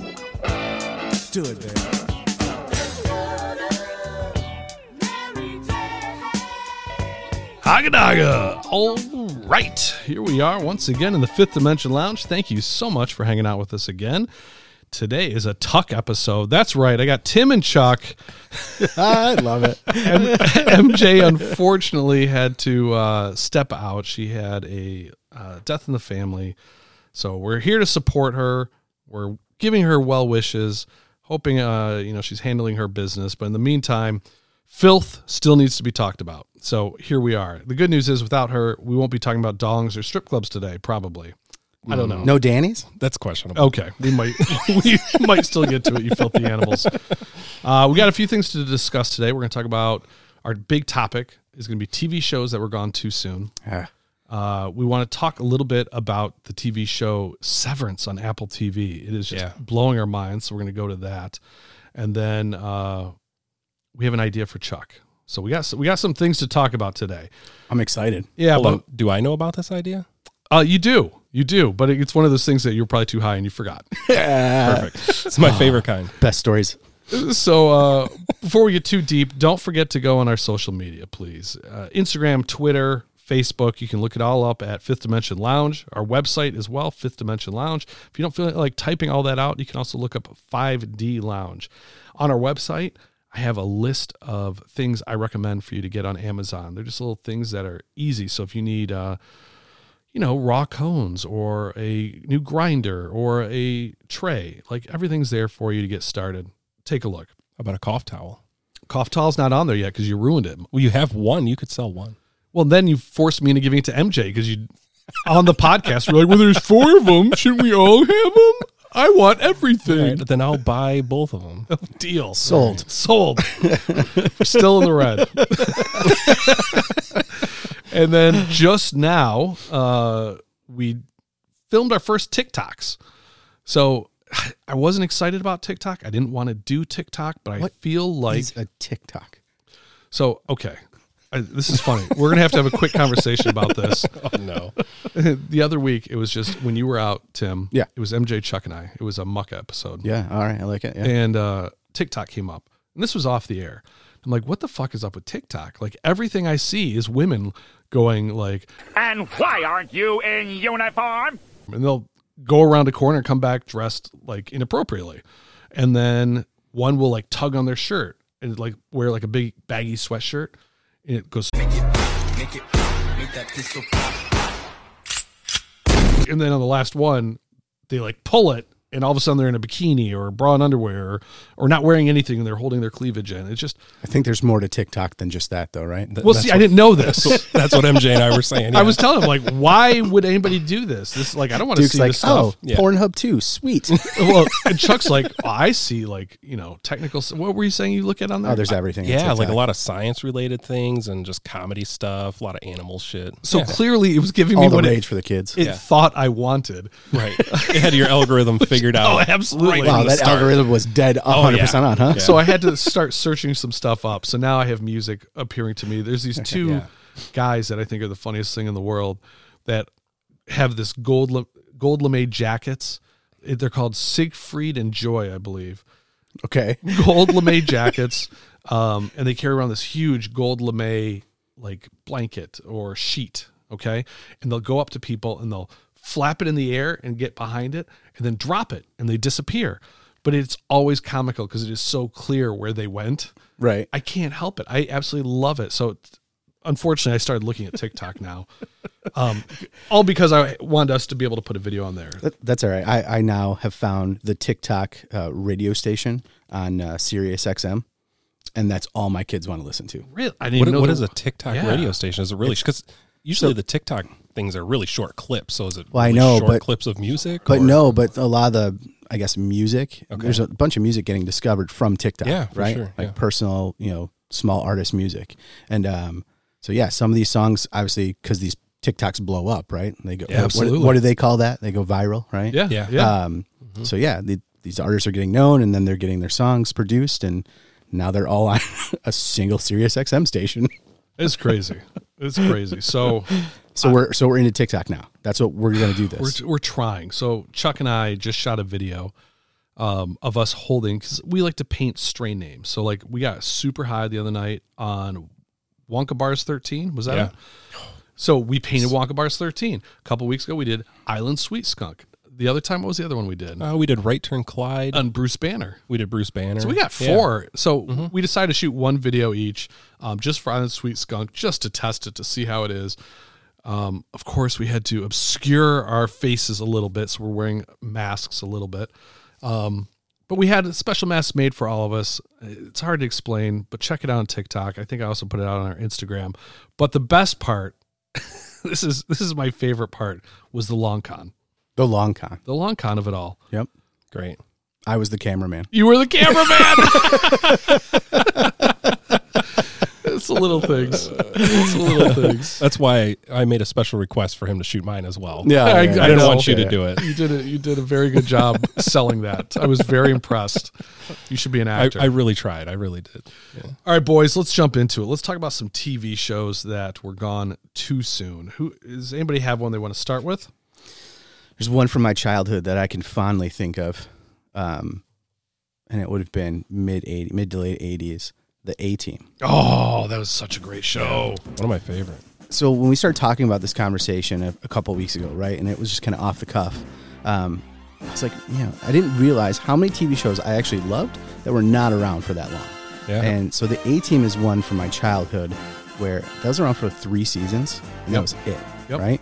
love. Do it, baby. Hagadaga! All right, here we are once again in the Fifth Dimension Lounge. Thank you so much for hanging out with us again. Today is a Tuck episode. That's right, I got Tim and Chuck. I love it. M- MJ unfortunately had to uh, step out. She had a uh, death in the family. So we're here to support her. We're giving her well wishes, hoping uh, you know she's handling her business. But in the meantime, filth still needs to be talked about. So here we are. The good news is, without her, we won't be talking about dongs or strip clubs today. Probably. I Mm-hmm. don't know. No Danny's? That's questionable. Okay, we might we might still get to it. You filthy animals. Uh, we got a few things to discuss today. We're going to talk about our big topic is going to be TV shows that were gone too soon. Ah. Uh, we want to talk a little bit about the TV show Severance on Apple TV. It is just Yeah. blowing our minds. So we're going to go to that, and then uh, we have an idea for Chuck. So we got we got some things to talk about today. I'm excited. Yeah, Hold on. Do I know about this idea? but uh, you do you do, but it's one of those things that you're probably too high and you forgot. Uh. Perfect. it's my favorite kind. Best stories. so uh, before we get too deep, don't forget to go on our social media, please. Uh, Instagram, Twitter, Facebook. You can look it all up at Fifth Dimension Lounge. Our website as well, Fifth Dimension Lounge. If you don't feel like typing all that out, you can also look up 5D Lounge. On our website, I have a list of things I recommend for you to get on Amazon. They're just little things that are easy. So if you need uh, you know, raw cones or a new grinder or a tray. Like everything's there for you to get started. Take a look. How about a cough towel? Cough towel's not on there yet because you ruined it. Well, you have one. You could sell one. Well, then you forced me into giving it to MJ because you, on the podcast, you're like, well, there's four of them. Shouldn't we all have them? I want everything. Then I'll buy both of them. Deal. Sold. Sold. We're still in the red. and then just now, uh, we filmed our first TikToks. So I wasn't excited about TikTok. I didn't want to do TikTok, but I feel like He's a TikTok. so. Okay, I, this is funny. We're gonna have to have a quick conversation about this. Oh, no. the other week, it was just when you were out, Tim. Yeah. it was MJ, Chuck, and I. It was a muck episode Yeah. All right. I like it. Yeah. and uh, TikTok came up. And this was off the air. I'm like, what the fuck is up with TikTok? Like everything I see is women going like, And why aren't you in uniform? and they'll go around a corner, come back dressed like inappropriately, and then one will like tug on their shirt and like wear like a big baggy sweatshirt, and it goes, Make it pop, make that pistol pop. and then on the last one, they like pull it, and all of a sudden they're in a bikini or bra and underwear or, or not wearing anything, and they're holding their cleavage in. It's just, I think there's more to TikTok than just that, though, right? well, see, I didn't know this. That's what MJ and I were saying. I was telling him like, why would anybody do this? This like I don't want to Duke's see like, this oh, stuff. Yeah. Pornhub too. Sweet. well, and Chuck's like, oh, I see like you know technical. s- What were you saying? You look at on there? oh, there's everything. on Yeah, like a TikTok. lot of science related things and just comedy stuff, a lot of animal shit. So Yeah. clearly, it was giving me All the what rage it, for the kids. it Yeah. thought I wanted. Right. it had your algorithm figured out. Oh, absolutely. Right wow, from the that start. Oh, algorithm was dead 100% on, huh? So I had to start searching some stuff up. So now I have music appearing to me. There's these two Yeah. guys that I think are the funniest thing in the world that have this gold la- gold lame jackets. It- They're called Siegfried and Joy, I believe. Okay. gold lame jackets, um, and they carry around this huge gold lame like blanket or sheet. Okay, and they'll go up to people and they'll flap it in the air and get behind it, and then drop it, and they disappear. But it's always comical because it is so clear where they went. Right. I can't help it. I absolutely love it. So, it's- unfortunately, I started looking at TikTok now, um, all because I wanted us to be able to put a video on there. That, that's all right. I, I now have found the TikTok uh, radio station on uh, Sirius XM, and that's all my kids want to listen to. Really, I didn't What, even know what there is a were- TikTok Yeah. radio station? Is it really? Because usually the TikTok things are really short clips. So is it Well, I really know, short but- clips of music? But or- no, but a lot of the, I guess, music. There's a bunch of music getting discovered from TikTok. Yeah, for right. sure, Like yeah. personal, you know, small artist music, and um, so yeah, some of these songs obviously because these TikToks blow up, right? They go. what- absolutely. What, do they call that? They go viral, right? Yeah, Yeah. Uh, yeah. Um, So yeah, the, these artists are getting known, and then they're getting their songs produced, and now they're all on a single Sirius XM station. It's crazy. It's crazy. So So we're so we're into TikTok now. That's what we're gonna do We're, this. we're trying. So Chuck and I just shot a video um, of us holding because we like to paint strain names. So like we got super high the other night on Wonka Bars 13. Was that Yeah. it? So we painted Wonka Bars 13. A couple weeks ago we did Island Sweet Skunk. The other time, what was the other one we did? Uh, we did Right Turn Clyde. on Bruce Banner. we did Bruce Banner. So we got Yeah. four. So we decided to shoot one video each, um, just for Island Sweet Skunk, just to test it to see how it is. Um, of course, we had to obscure our faces a little bit, so we're wearing masks a little bit. Um, but we had a special mask made for all of us. It's hard to explain, but check it out on TikTok. I think I also put it out on our Instagram. But the best part, this is this is my favorite part, was the long con, The long con. the long con of it all. Yep. Great. I was the cameraman. You were the cameraman. it's the little things. It's the little things. That's why I made a special request for him to shoot mine as well. Yeah, I- yeah, I, yeah. didn't know. want you Yeah. to do it. You did a, you did a very good job selling that. I was very impressed. You should be an I, actor. I really tried. I really did. Yeah. All right, boys, let's jump into it. Let's talk about some TV shows that were gone too soon. Who does anybody have one they want to start with? There's one from my childhood that I can fondly think of, um, and it would have been mid 80, mid to late 80s, the A Team. Oh, that was such a great show. One of my favorite. so when we started talking about this conversation a, a couple weeks ago, right, and it was just kind of off the cuff, um, I was like, you know, I didn't realize how many TV shows I actually loved that were not around for that long. Yeah. And so the A Team is one from my childhood where that was around for three seasons, and that Yep. was it, Yep. right?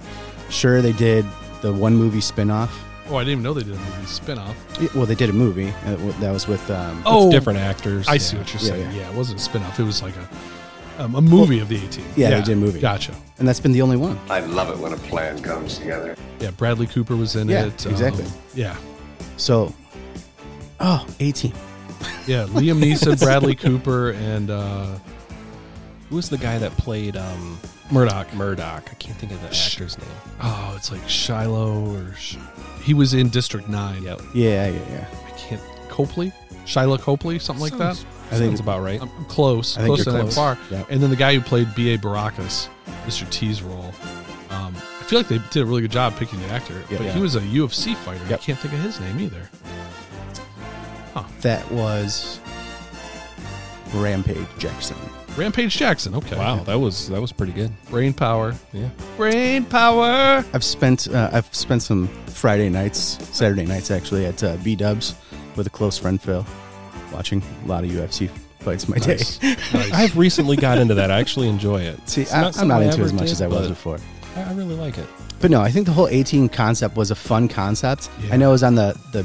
Sure, they did the one movie spinoff. Oh, I didn't even know they did a movie spinoff. It- Well, they did a movie uh, w- that was with um, Oh, It's different actors. I Yeah. see what you're Yeah, saying. Yeah, yeah. it wasn't a spin-off. It was like a um, a movie of the 18. yeah, they did a movie. Gotcha. and that's been the only one. I love it when a plan comes together. Yeah, Bradley Cooper was in Yeah, it. um, exactly. yeah. So, oh, A Team. Yeah, Liam Neeson, Bradley Cooper, and uh, Who was the guy that played um, Murdoch. Murdoch? I can't think of the Sh- actor's name. Oh, it's like Shiloh or Sh- he was in District Nine. Yep. Yeah, yeah, yeah. I can't. Copley, Shiloh Copley, something like that. I Sounds think- about right. I'm, I'm close, I think close to you're that close. far. Yeah. And then the guy who played B.A. Baracus, Mr. T's role. Um, I feel like they did a really good job picking the actor, Yeah. but Yeah. he was a UFC fighter. Yep. I can't think of his name either. that was Rampage Jackson. Rampage Jackson. Okay. Wow, that was that was pretty good. Brain power. Yeah. Brain power. I've spent uh, I've spent some Friday nights, Saturday nights actually at uh, B Dubs with a close friend Phil, watching a lot of UFC fights my Nice. day. I've recently got into that. I actually enjoy it. See, It's I, I'm something not I into ever as much did, as I was but before. I I really like it. But no, I think the whole 18 concept was a fun concept. Yeah. I know it was on the the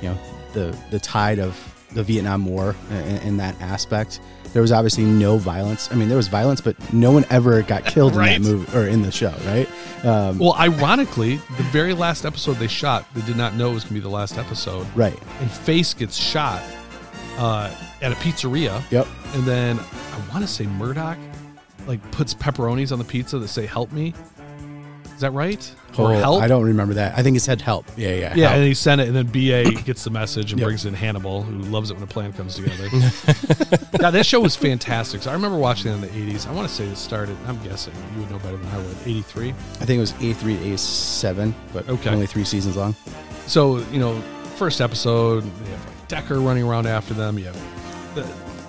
you know the the tide of the Vietnam War in, in that aspect. There was obviously no violence. I mean, there was violence, but no one ever got killed Right. in that movie or in the show, right? Um, Well, ironically, the very last episode they shot, they did not know it was going to be the last episode. right. And Face gets shot uh, at a pizzeria. Yep. And then I want to say Murdoch like puts pepperonis on the pizza that say "Help me." Is that right? or Oh, help? I don't remember that. I think it said help. Yeah, yeah. Yeah, help. and he sent it, and then BA gets the message and Yep. brings in Hannibal, who loves it when a plan comes together. now, that show was fantastic. So I remember watching it in the 80s. I want to say it started, I'm guessing, you would know better than I would, 83. I think it was A three to A seven, but Okay. only three seasons long. So, you know, first episode, they have like Decker running around after them. You have the,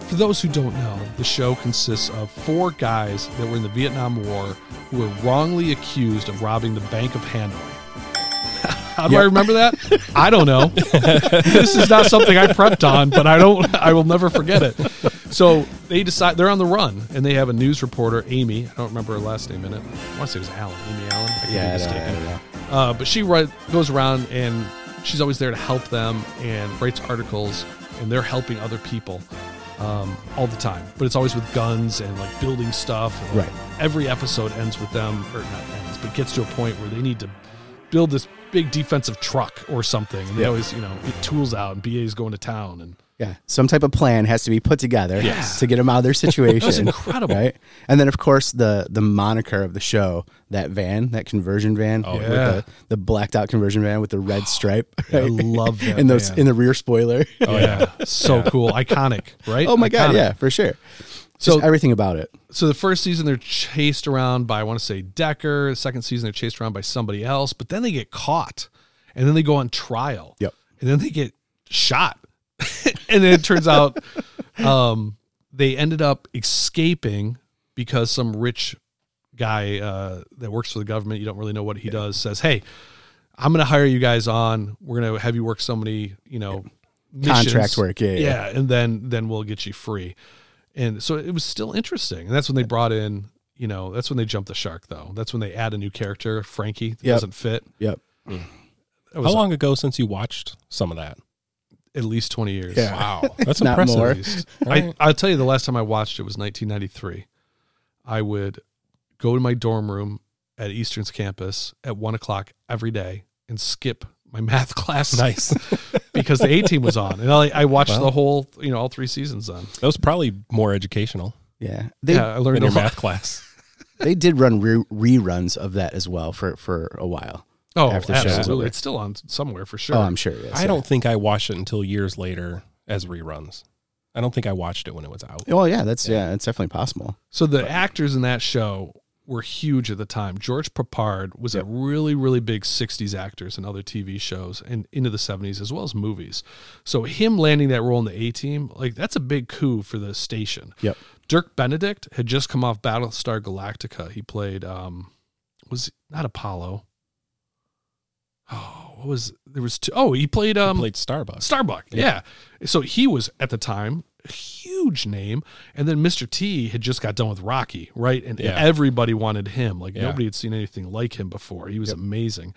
for those who don't know, the show consists of four guys that were in the Vietnam War who were wrongly accused of robbing the Bank of Hanoi. How do I Yep. remember that? I don't know. this is not something I prepped on, but I don't. I will never forget it. So they decide they're on the run, and they have a news reporter, Amy. I don't remember her last name in it. I want to say it was Allen. Amy Allen. I could be Yeah, I don't- I mistaken. don't know. Uh, but she ri- goes around and she's always there to help them and writes articles, and they're helping other people um, all the time. But it's always with guns and like building stuff. And, like, Right. Every episode ends with them, or not ends, but gets to a point where they need to build this big defensive truck or something. And they Yeah. always, you know, it tools out, and BA's going to town. And Yeah, some type of plan has to be put together to get them out of their situation. That was incredible. right? And then, of course, the the moniker of the show that van, that conversion van, with Oh, yeah. the, the blacked out conversion van with the red stripe. I right? love that in those van. in the rear spoiler. oh, yeah. so cool. Iconic, right? oh my god, Iconic. yeah, for sure. So- Just everything about it. so the first season they're chased around by I want to say Decker. The second season they're chased around by somebody else, but then they get caught, and then they go on trial. Yep. And then they get shot, and then it turns out um, they ended up escaping because some rich guy uh, that works for the government. You don't really know what he does. Says, "Hey, I'm going to hire you guys on. We're going to have you work so many, you know, missions." Contract work, yeah, yeah, yeah, and then then we'll get you free." And so it was still interesting, and that's when they brought in, you know, that's when they jumped the shark, though. That's when they add a new character, Frankie, that Yep. doesn't fit. Yep. That How was long ago since you watched some of that? at least twenty years. Yeah. Wow, that's Not impressive. more. At least. I, I'll tell you, the last time I watched it was 1993. I would go to my dorm room at Eastern's campus at one o'clock every day and skip my math class Nice. that because the A team was on, and I, I watched the whole, you know, all three seasons. Then was probably more educational Yeah. They yeah, I in learned a your lot. math class. they did run re- reruns of that as well for for a while. Oh, after the show was absolutely, over. it's still on somewhere for sure. Oh, I'm sure. Yes, I don't think I watched it until years later as reruns. I don't think I watched it when it was out. Oh yeah, that's yeah, it's definitely possible. So the actors in that show were huge at the time. George Papard was a really, really big 60s actors in other TV shows and into the 70s as well as movies. So him landing that role in the A team, like that's a big coup for the station. Yep. Dirk Benedict had just come off Battlestar Galactica. He played um was not Apollo. Oh, what was there was two oh he played um Played Starbucks. Starbuck. Yeah. So he was at the time a huge name, and then Mr. T had just got done with Rocky, right? And Yeah. everybody wanted him. Like Yeah. nobody had seen anything like him before. He was amazing.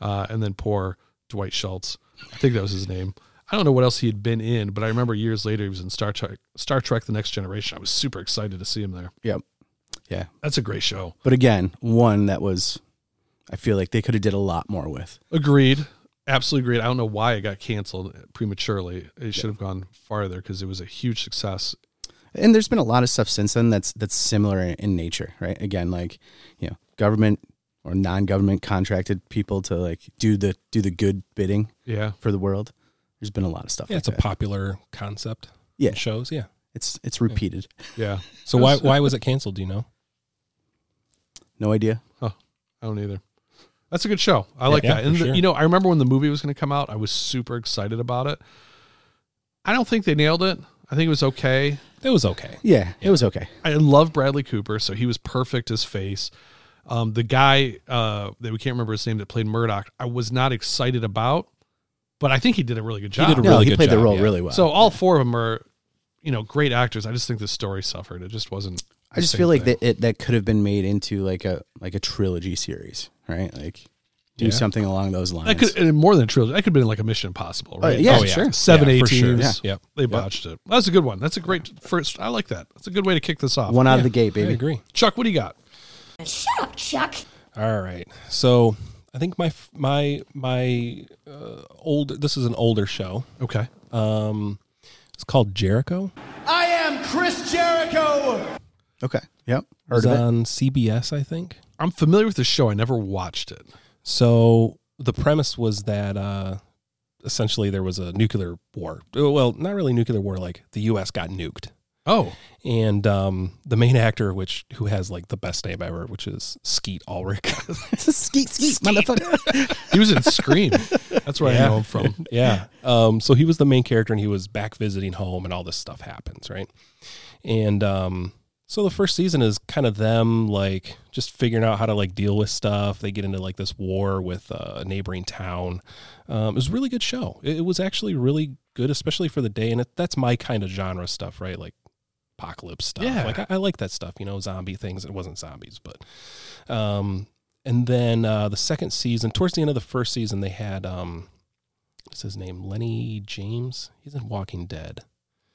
Uh, and then poor Dwight Schultz, I think that was his name. I don't know what else he had been in, but I remember years later he was in Star Trek, Star Trek: The Next Generation. I was super excited to see him there. Yep. Yeah. That's a great show. But again, one that was I feel like they could have did a lot more with. Agreed. Absolutely agreed. I don't know why it got canceled prematurely. It should have gone farther because it was a huge success And there's been a lot of stuff since then that's that's similar in, in nature, right? Again, like, you know, government or non-government contracted people to like do the do the good bidding Yeah. for the world. There's been a lot of stuff. Yeah, like it's a that. popular concept. Yeah. in shows. Yeah. It's it's repeated. Yeah. So why why was uh, it canceled? Do you know? No idea. I don't either. That's a good show. I like yeah, that. for And the- sure. you know, I remember when the movie was going to come out, I was super excited about it. I don't think they nailed it. I think it was okay. It was okay. Yeah, it was okay. I love Bradley Cooper, so he was perfect as face. Um, the guy uh, that we can't remember his name that played Murdoch, I was not excited about, but I think he did a really good job. did a No, really he good played the job, role yeah. really well. so all four of them are, you know, great actors. I just think the story suffered. It just wasn't. I just same feel like thing. that it, that could have been made into like a like a trilogy series, right? Like do Yeah. something along those lines. That could and more than a trilogy. That could have been like a Mission Impossible, Uh, right? yeah, Oh, yeah. sure. seven Yeah, A for sure. teams. Yeah. Yep. They botched it. That's a good one. That's a great first. I like that. That's a good way to kick this off. One out of the gate, baby. I agree. Chuck, what do you got? Shut up, Chuck. All right. So I think my f- my my uh, old this is an older show. Okay. Um, it's called Jericho. I am Chris Jericho. Okay. Yep. It Heard was of it. on CBS, I think. I'm familiar with the show. I never watched it. So the premise was that uh, essentially there was a nuclear war. Uh, Well, not really nuclear war. Like the U.S. got nuked, Oh, and um, the main actor, which who has like the best name ever, which is Skeet Ulrich. skeet, skeet, motherfucker. he was in Scream. That's where I know him from. yeah. Um, so he was the main character and he was back visiting home and all this stuff happens, right? And um, so the first season is kind of them like just figuring out how to like deal with stuff. They get into like this war with uh, a neighboring town. Um, it was a really good show. It, it was actually really good, especially for the day. And it, that's my kind of genre stuff, right? Like apocalypse stuff. Yeah. Like I, I like that stuff, you know, zombie things. It wasn't zombies, but um, and then uh, the second season, towards the end of the first season, they had um, what's his name, Lenny James. He's in Walking Dead.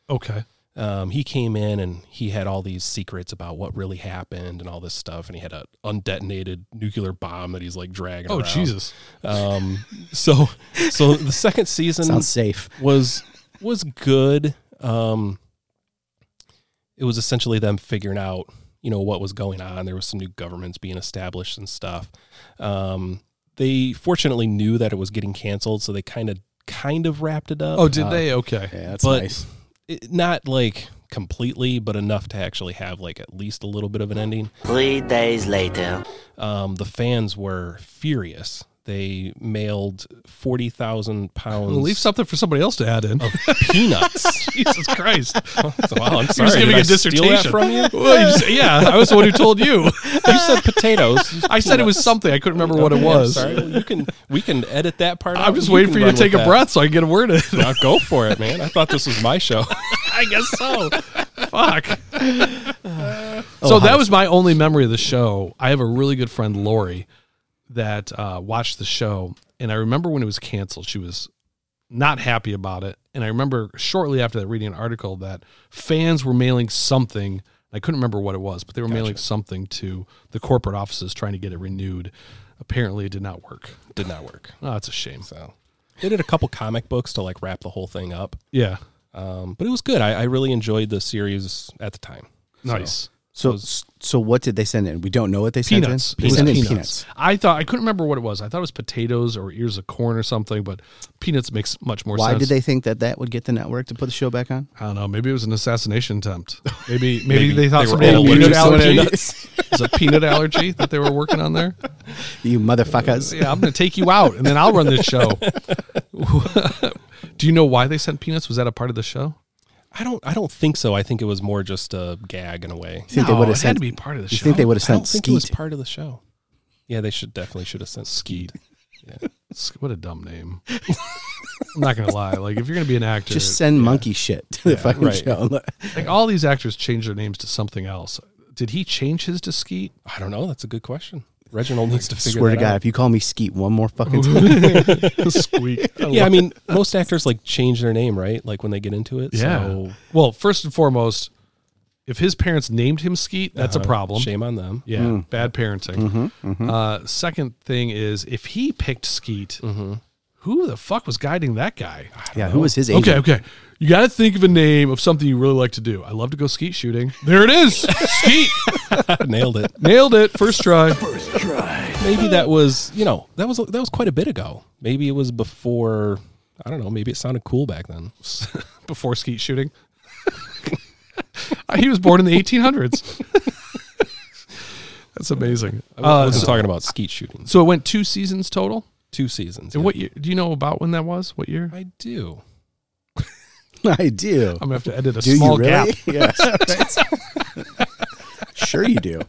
Okay. Um, he came in and he had all these secrets about what really happened and all this stuff, and he had a undetonated nuclear bomb that he's like dragging. Oh around. Jesus. Um, so, so the second season Sounds Mm. safe. was was good. Um, it was essentially them figuring out, you know, what was going on. There was some new governments being established and stuff. Um, they fortunately knew that it was getting canceled, so they kind of kind of wrapped it up. Oh, did they? Okay. Yeah, that's but nice. it, not like completely, but enough to actually have like at least a little bit of an ending. Three days later. Um, the fans were furious. They mailed forty thousand pounds Leave something for somebody else to add in. of peanuts. Jesus Christ! wow, I'm He was sorry. giving Did I a steal dissertation that from you. Well, you just- yeah, I was the one who told you. You said potatoes. I said it was something. I couldn't remember what it Okay, I'm was. sorry. I'm, Well, You can we can edit that part. out. just can waiting for you to run take a with that. breath so I can get a word in. Now go for it, man. I thought this was my show. I guess so. Fuck. so Oh, that was my only memory of the show. I have a really good friend, Lori, that uh, watched the show. And I remember when it was canceled, she was not happy about it. And I remember shortly after that reading an article that fans were mailing something. I couldn't remember what it was, but they were mailing something to the corporate offices trying to get it renewed. Apparently, it did not work. Did not work. Oh, that's a shame. So they did a couple comic books to like wrap the whole thing up. Yeah. Um, but it was good. I, I really enjoyed the series at the time. Nice. So, so what did they send in? We don't know what they sent peanuts. in. They It was sent in peanuts. peanuts. I thought I couldn't remember what it was. I thought it was potatoes or ears of corn or something, but peanuts makes much more Why sense. did they think that that would get the network to put the show back on? I don't know. Maybe it was an assassination attempt. Maybe maybe, they thought they were somebody had a all allergic peanut to allergy. peanuts. It's a peanut allergy that they were working on there. You motherfuckers. Yeah, I'm going to take you out, and then I'll run this show. Do you know why they sent peanuts? Was that a part of the show? I don't. I don't think so. I think it was more just a gag in a way. You think No, they would it have had sent? to be part of the you show. think they would have I don't sent think it was Skeet? part of the show. Yeah, they should definitely should have sent Skeet. What a dumb name. I'm not going to lie. Like if you're going to be an actor, Just send monkey shit to the fucking show. like all these actors change their names to something else. Did he change his to Skeet? I don't know. That's a good question. Reginald needs to figure Swear to that God, out. if you call me Skeet one more fucking time, Squeak. yeah, I mean, most actors like change their name, right? Like when they get into it. Yeah. So, Well, first and foremost, if his parents named him Skeet, that's uh, a problem. Shame on them. Yeah, bad parenting. Uh, second thing is if he picked Skeet, who the fuck was guiding that guy? yeah, who was his agent? Okay, okay. You got to think of a name of something you really like to do. I love to go skeet shooting. There it is. skeet. Nailed it. Nailed it. First try. Maybe that was, you know, that was that was quite a bit ago. Maybe it was before. I don't know. Maybe it sounded cool back then. Before skeet shooting. he was born in the 1800s. That's amazing. I Uh, wasn't so, talking about skeet shooting. so it went two seasons total? Two seasons. And yeah. what year? Do you know about when that was? What year? I do. I do. I'm gonna have to edit a Do small you really? gap. Yeah. sure, you do.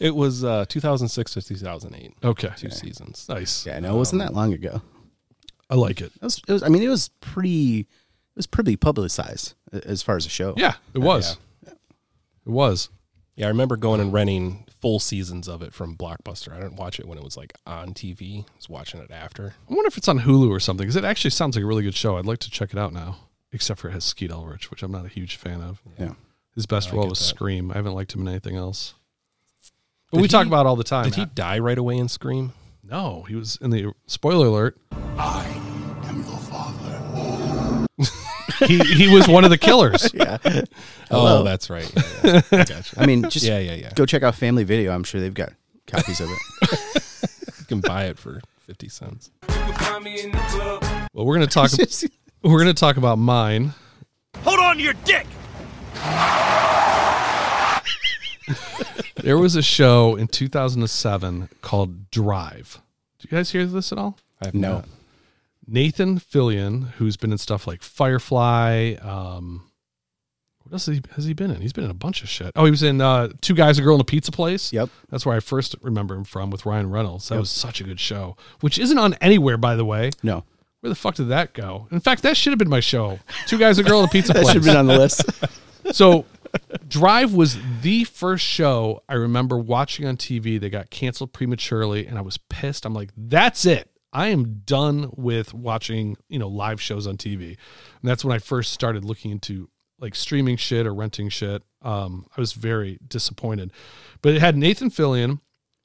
It was uh, 2006 to 2008. Okay, Two seasons. nice. Yeah, no, it wasn't that long ago. I like it. It was, it was. I mean, it was pretty. It was pretty publicized a- as far as the show. Yeah, it was. It was. Yeah, I remember going and renting full seasons of it from Blockbuster. I didn't watch it when it was like on TV. I was watching it after. I wonder if it's on Hulu or something because it actually sounds like a really good show. I'd like to check it out now. Except for it has Skeet Ulrich, which I'm not a huge fan of. Yeah. His best I role get was that. Scream. I haven't liked him in anything else. But Did we talk he- about it all the time. Did he die right away in Scream? no, he was in the spoiler alert. I am the father. he he was one of the killers. Oh, that's right. Yeah, yeah. I gotcha. I mean, just yeah, yeah, yeah. go check out Family Video. I'm sure they've got copies of it. You can buy it for 50 cents. Well, we're gonna talk. we're gonna talk about mine. Hold on to your dick! There was a show in 2007 called Drive. Do you guys hear this at all? I have No. not. Nathan Fillion, who's been in stuff like Firefly. Um, what else has he, has he been in? He's been in a bunch of shit. Oh, he was in uh, Two Guys, a Girl, in a Pizza Place. Yep. That's where I first remember him from with Ryan Reynolds. That was such a good show, which isn't on anywhere, by the way. No, Where the fuck did that go? In fact, that should have been my show. Two Guys, a Girl, in a Pizza that Place. should have been on the list. So Drive was the first show I remember watching on TV that got canceled prematurely and I was pissed. I'm like, that's it. I am done with watching, you know, live shows on TV. And that's when I first started looking into like streaming shit or renting shit. Um, I was very disappointed. But it had Nathan Fillion,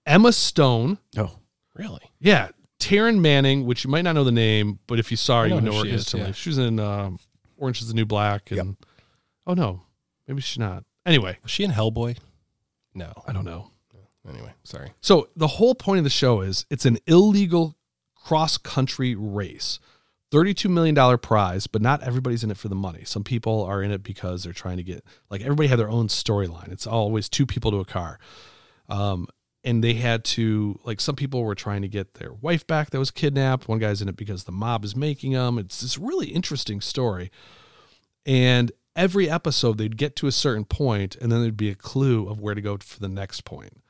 Emma Stone, No, Really? yeah, Taryn Manning, which you might not know the name, but if you saw her, I know you know who her she is, instantly. yeah. She was in um, Orange is the New Black, and oh no, maybe she's not. Anyway, Was she in Hellboy? No. I don't know. Anyway, sorry. So the whole point of the show is it's an illegal cross country race. $32 million prize, but not everybody's in it for the money. Some people are in it because they're trying to get, like, everybody had their own storyline. It's always two people to a car. Um, and they had to, like, some people were trying to get their wife back that was kidnapped. One guy's in it because the mob is making them. It's this really interesting story. And every episode, they'd get to a certain point, and then there'd be a clue of where to go for the next point.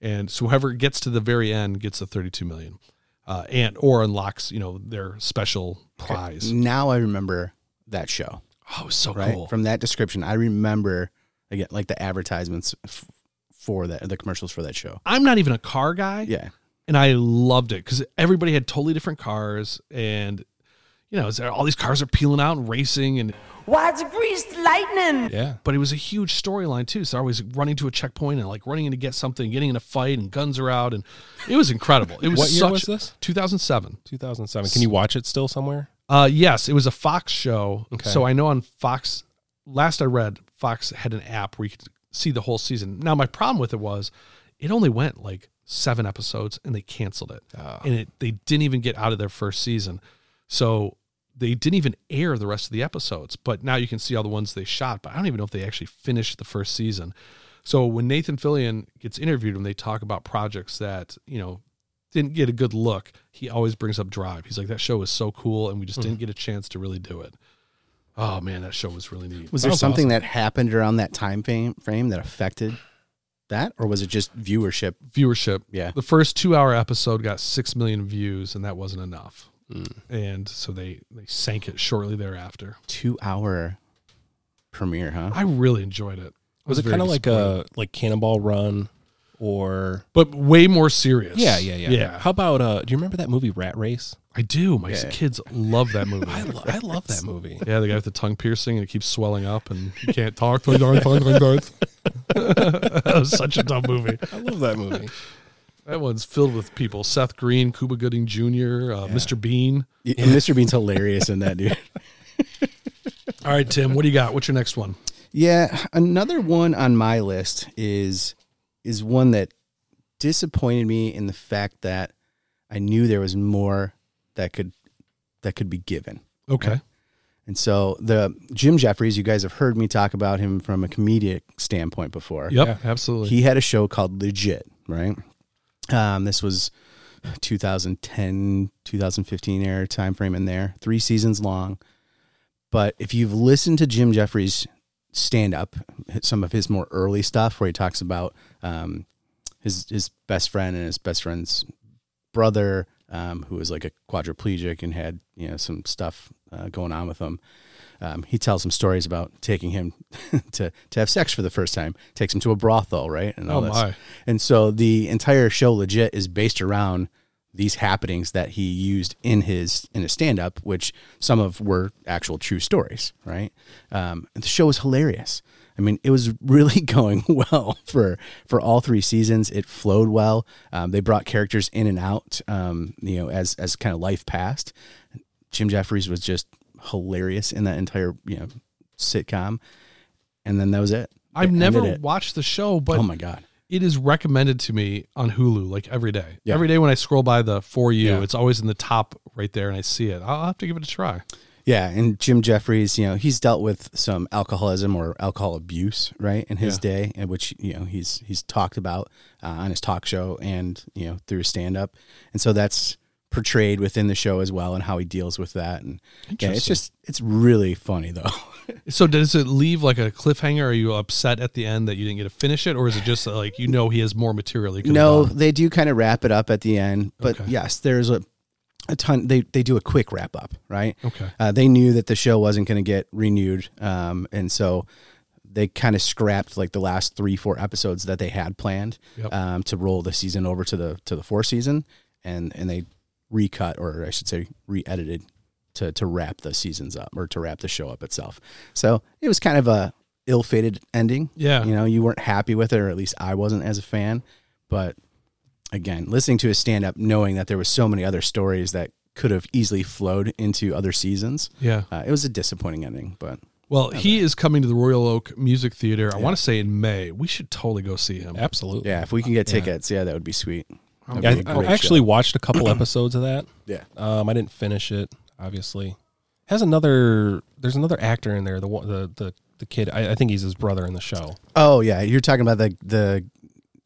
And so whoever gets to the very end gets the 32 million. Uh, and or unlocks, you know, their special prize. Now I remember that show, Oh, so right? cool. From that description, I remember again like the advertisements f- for that, the commercials for that show. I'm not even a car guy. Yeah, And I loved it because everybody had totally different cars. And, you know, it's- uh, all these cars are peeling out and racing. And, Why's greased lightning? Yeah. but it was a huge storyline too. So I was running to a checkpoint and like running in to get something, getting in a fight and guns are out. And it was incredible. It was What year such- was this? 2007. 2007. Can you watch it still somewhere? Uh, yes, it was a Fox show. Okay. So I know on Fox, last I read, Fox had an app where you could see the whole season. Now my problem with it was, it only went like seven episodes, and they canceled it, and it they didn't even get out of their first season, so they didn't even air the rest of the episodes. But now you can see all the ones they shot, but I don't even know if they actually finished the first season. So when Nathan Fillion gets interviewed, when they talk about projects that you know didn't get a good look, he always brings up Drive. He's like, that show was so cool, and we just didn't get a chance to really do it. Oh man, that show was really neat. was there Sounds something that happened around that time frame frame that affected that, or was it just viewership? Viewership. Yeah. The first two hour episode got six million views, and that wasn't enough. And so they they sank it shortly thereafter. Two hour premiere, huh? I really enjoyed it. I Was it very kind of like disappointed. a like Cannonball Run or but way more serious? Yeah, yeah, yeah. Yeah. How about uh do you remember that movie Rat Race? I do. My Yeah. kids love that movie. I, lo- I love that movie. yeah, the guy with the tongue piercing and it keeps swelling up and you can't talk. that was such a dumb movie. I love that movie. That one's filled with people: Seth Green, Cuba Gooding Jr., uh, Mr. Bean. Y- and Mr. Bean's hilarious in that, dude. All right, Tim, what do you got? What's your next one? Yeah, another one on my list is is one that disappointed me in the fact that I knew there was more that could that could be given. Okay, And so the Jim Jeffries, you guys have heard me talk about him from a comedic standpoint before. yep, absolutely. He had a show called Legit, right? Um, this was 2010, 2015 era time frame in there, three seasons long. But if you've listened to Jim Jeffries stand up, some of his more early stuff where he talks about um, his his best friend and his best friend's brother, um, who was like a quadriplegic and had you know some stuff uh, going on with him. Um, he tells some stories about taking him to to have sex for the first time, takes him to a brothel, right? And Oh, my. And so the entire show legit is based around these happenings that he used in his in his stand up, which some of were actual true stories, right? Um, and the show was hilarious. I mean, it was really going well for for all three seasons. It flowed well. Um, they brought characters in and out, um, you know, as as kind of life passed. Jim Jeffries was just hilarious in that entire you know sitcom, and then that was it. I've They never ended it. watched the show, but oh my god! it is recommended to me on Hulu like every day. Yeah. Every day when I scroll by the for you, Yeah. it's always in the top right there, and I see it. I'll have to give it a try. Yeah, and Jim Jeffries, you know, he's dealt with some alcoholism or alcohol abuse, right, in his day, and which you know he's he's talked about uh, on his talk show and you know through stand up, and so that's portrayed within the show as well and how he deals with that, and yeah, it's Interesting. just it's really funny though. So does it leave like a cliffhanger? Are you upset at the end that you didn't get to finish it, or is it just like you know he has more material? he could've no, done? they do kind of wrap it up at the end, but Okay. yes, there's a a ton. They they do a quick wrap up, right? Okay. Uh, they knew that the show wasn't going to get renewed, um, and so they kind of scrapped like the last three, four episodes that they had planned Yep. um, to roll the season over to the to the fourth season, and and they recut or I should say re-edited to to wrap the seasons up or to wrap the show up itself. So it was kind of a ill-fated ending. Yeah. you know, you weren't happy with it, or at least I wasn't as a fan, but again, listening to his stand up, knowing that there was so many other stories that could have easily flowed into other seasons. Yeah. Uh, it was a disappointing ending, but Well, he is coming to the Royal Oak Music Theater. I want to say in May. We should totally go see him. Absolutely. yeah, if we can get tickets, yeah, that would be sweet. That'd Yeah, be a I, I great actually show. watched a couple episodes of that. yeah, Um, I didn't finish it. obviously. Has another. There's another actor in there. The one- the the, the kid. I, I think he's his brother in the show. Oh yeah, you're talking about the the.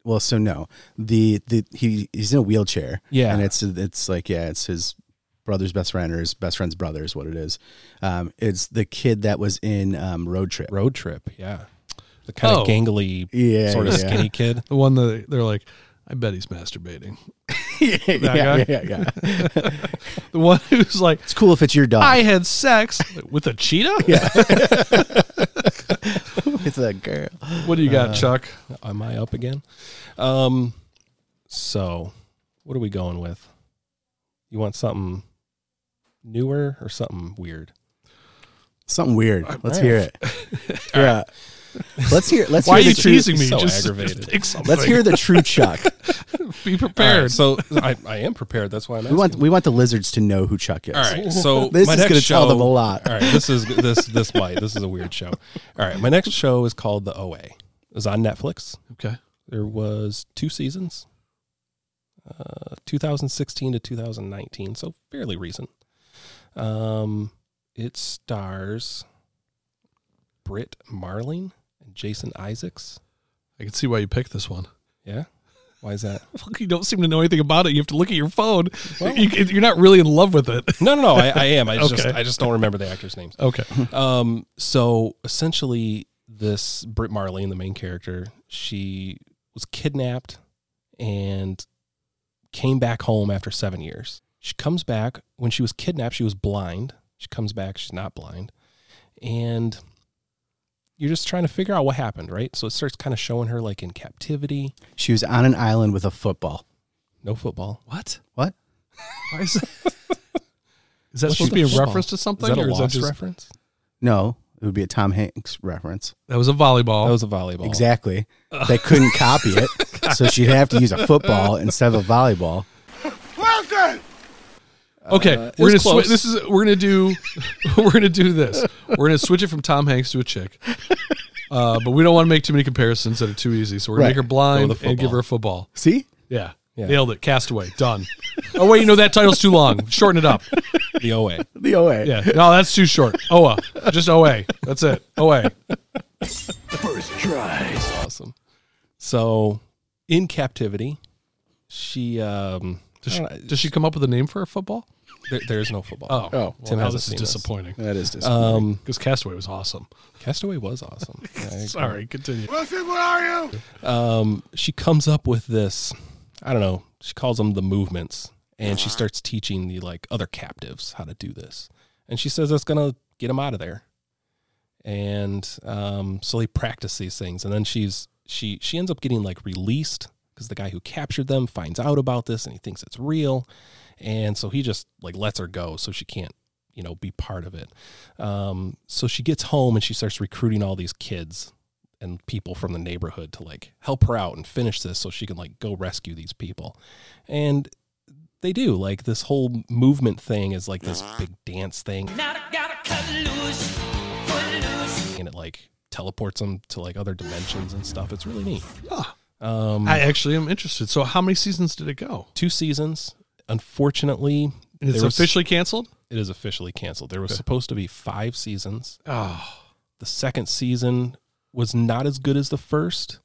Well, so no, the the he he's in a wheelchair. Yeah. and it's it's like yeah, it's his brother's best friend or his best friend's brother is what it is. Um, it's the kid that was in um, Road Trip. Road trip. Yeah. The kind Oh. of gangly, Yeah, sort of yeah. skinny kid. The one that they're like, I bet he's masturbating. yeah, guy? yeah, yeah, yeah. The one who's like, It's cool if it's your dog. I had sex with a cheetah. Yeah. it's a girl. What do you got, Chuck? Am I up again? Um, so what are we going with? You want something newer or something weird? Something weird. Let's right. hear it. yeah. Let's hear. Let's Why are hear you the true- teasing me? so just aggravated. just pick something. Let's hear the true Chuck. Be All right, prepared. so I, I am prepared. That's why I'm We asking. want we want the lizards to know who Chuck is. All right, so This my is next gonna tell show- them a lot. All right, this is this this might this is a weird show. All right, my next show is called The OA. It was on Netflix. okay. There was two seasons, uh, 2016 to 2019, so fairly recent. Um, it stars Britt Marling and Jason Isaacs. I can see why you picked this one. Yeah, why is that? Fuck, You don't seem to know anything about it. You have to look at your phone. you, you're not really in love with it. No, no, no. I, I am. I just Okay. I just don't remember the actors' names. Okay. Um, so essentially, this Britt Marley, the main character, she was kidnapped and came back home after seven years. She comes back when she was kidnapped. She was blind. She comes back. She's not blind, and you're just trying to figure out what happened, right? So it starts kind of showing her like in captivity, She was on an island with a football. no football. What? What? Why is that? Is that What's supposed to the be a football? reference to something? Is that a or lost just- reference? No, it would be a Tom Hanks reference. That was a volleyball. That was a volleyball. Exactly. They couldn't copy it, so she'd have to use a football instead of a volleyball. Okay, Uh, it was we're gonna close. swi- this is we're gonna do we're gonna do this. We're gonna switch it from Tom Hanks to a chick, uh, but we don't want to make too many comparisons that are too easy. So we're gonna Right. make her blind Go with the and give football. her a football. See? Yeah. Yeah. nailed it. Castaway, done. oh wait, you know that title's too long. Shorten it up. The OA. The OA. Yeah, no, that's too short. Oa, just Oa. That's it. Oh. Oa. awesome. So, in captivity, she um Does she, I don't know, does she come up with a name for her football? there, there's no football. Oh, well, Tim now has this this is is disappointing. That is just Um, Because Castaway was awesome. Castaway was awesome. I agree. Sorry, continue. Um, she comes up with this. I don't know. She calls them the movements, and she starts teaching the like other captives how to do this. And she says that's gonna get them out of there. And um, so they practice these things, and then she's she she ends up getting like released because the guy who captured them finds out about this, and he thinks it's real, and so he just like lets her go, so she can't you know be part of it. Um, so she gets home and she starts recruiting all these kids and people from the neighborhood to like help her out and finish this so she can like go rescue these people. And they do. Like this whole movement thing is like this big dance thing and it like teleports them to like other dimensions and stuff. It's really neat. Um I actually am interested. So, how many seasons did it go? two seasons. Unfortunately, And it's there was- officially canceled. it is officially canceled. There was supposed to be 5 seasons. Oh, The second season was not as good as the first.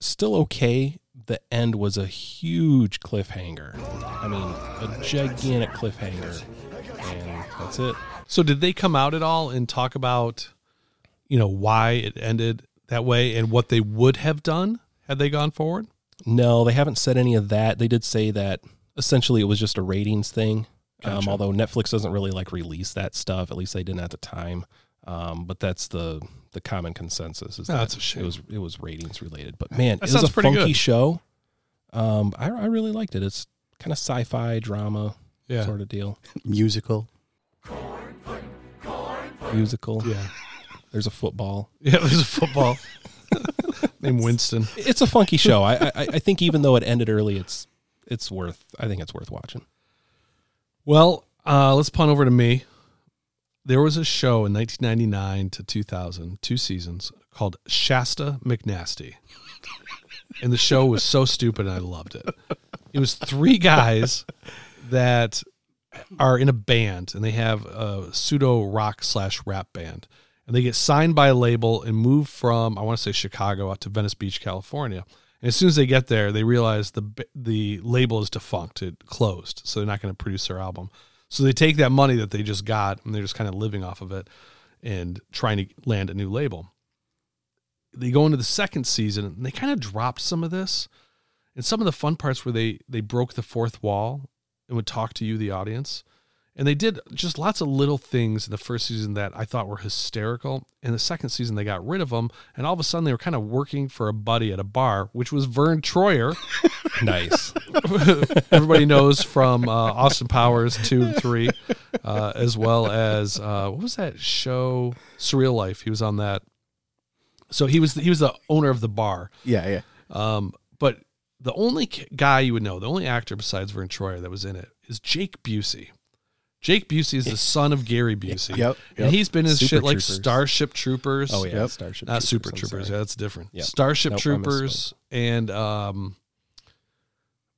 Still okay. The end was a huge cliffhanger. I mean, a gigantic cliffhanger. And that's it. so did they come out at all and talk about, you know, why it ended that way and what they would have done had they gone forward? No, they haven't said any of that. They did say that essentially it was just a ratings thing. Um, although Netflix doesn't really like release that stuff, at least they didn't at the time. Um, but that's the the common consensus. Is Oh, that that's a shame. It was it was ratings related, but man, That it was sounds a pretty funky good. show. Um, I, I really liked it. It's kind of sci-fi drama Yeah. sort of deal, musical. musical. Yeah. There's a football. Yeah. There's a football named Winston. It's a funky show. I, I I think even though it ended early, it's it's worth. I think it's worth watching. Well, uh, let's punt over to me. There was a show in 1999 to 2000, two seasons, called Shasta McNasty. and the show was so stupid, and I loved it. It was three guys that are in a band and they have a pseudo rock slash rap band and they get signed by a label and move from I want to say Chicago out to Venice Beach, California. And as soon as they get there, they realize the b- the label is defunct, it closed, so they're not going to produce their album. So they take that money that they just got and they're just kind of living off of it and trying to land a new label. They go into the second season and they kind of dropped some of this. And some of the fun parts where they they broke the fourth wall and would talk to you, the audience. And they did just lots of little things in the first season that I thought were hysterical. In the second season, they got rid of them, and all of a sudden, they were kind of working for a buddy at a bar, which was Vern Troyer. Nice. Everybody knows from uh, Austin Powers two and three, uh, as well as uh, what was that show? Surreal Life. He was on that. So he was he was the owner of the bar. Yeah, yeah. Um, but the only k- guy you would know, the only actor besides Vern Troyer that was in it is Jake Busey. Jake Busey is the son of Gary Busey. Yep, And he's been in Super shit like Troopers. Starship Troopers. Oh yeah, Yep. Starship. Not Troopers, Super I'm Troopers. Yeah, sorry. that's different. Yep. Starship Nope, I misspoke. Troopers and um,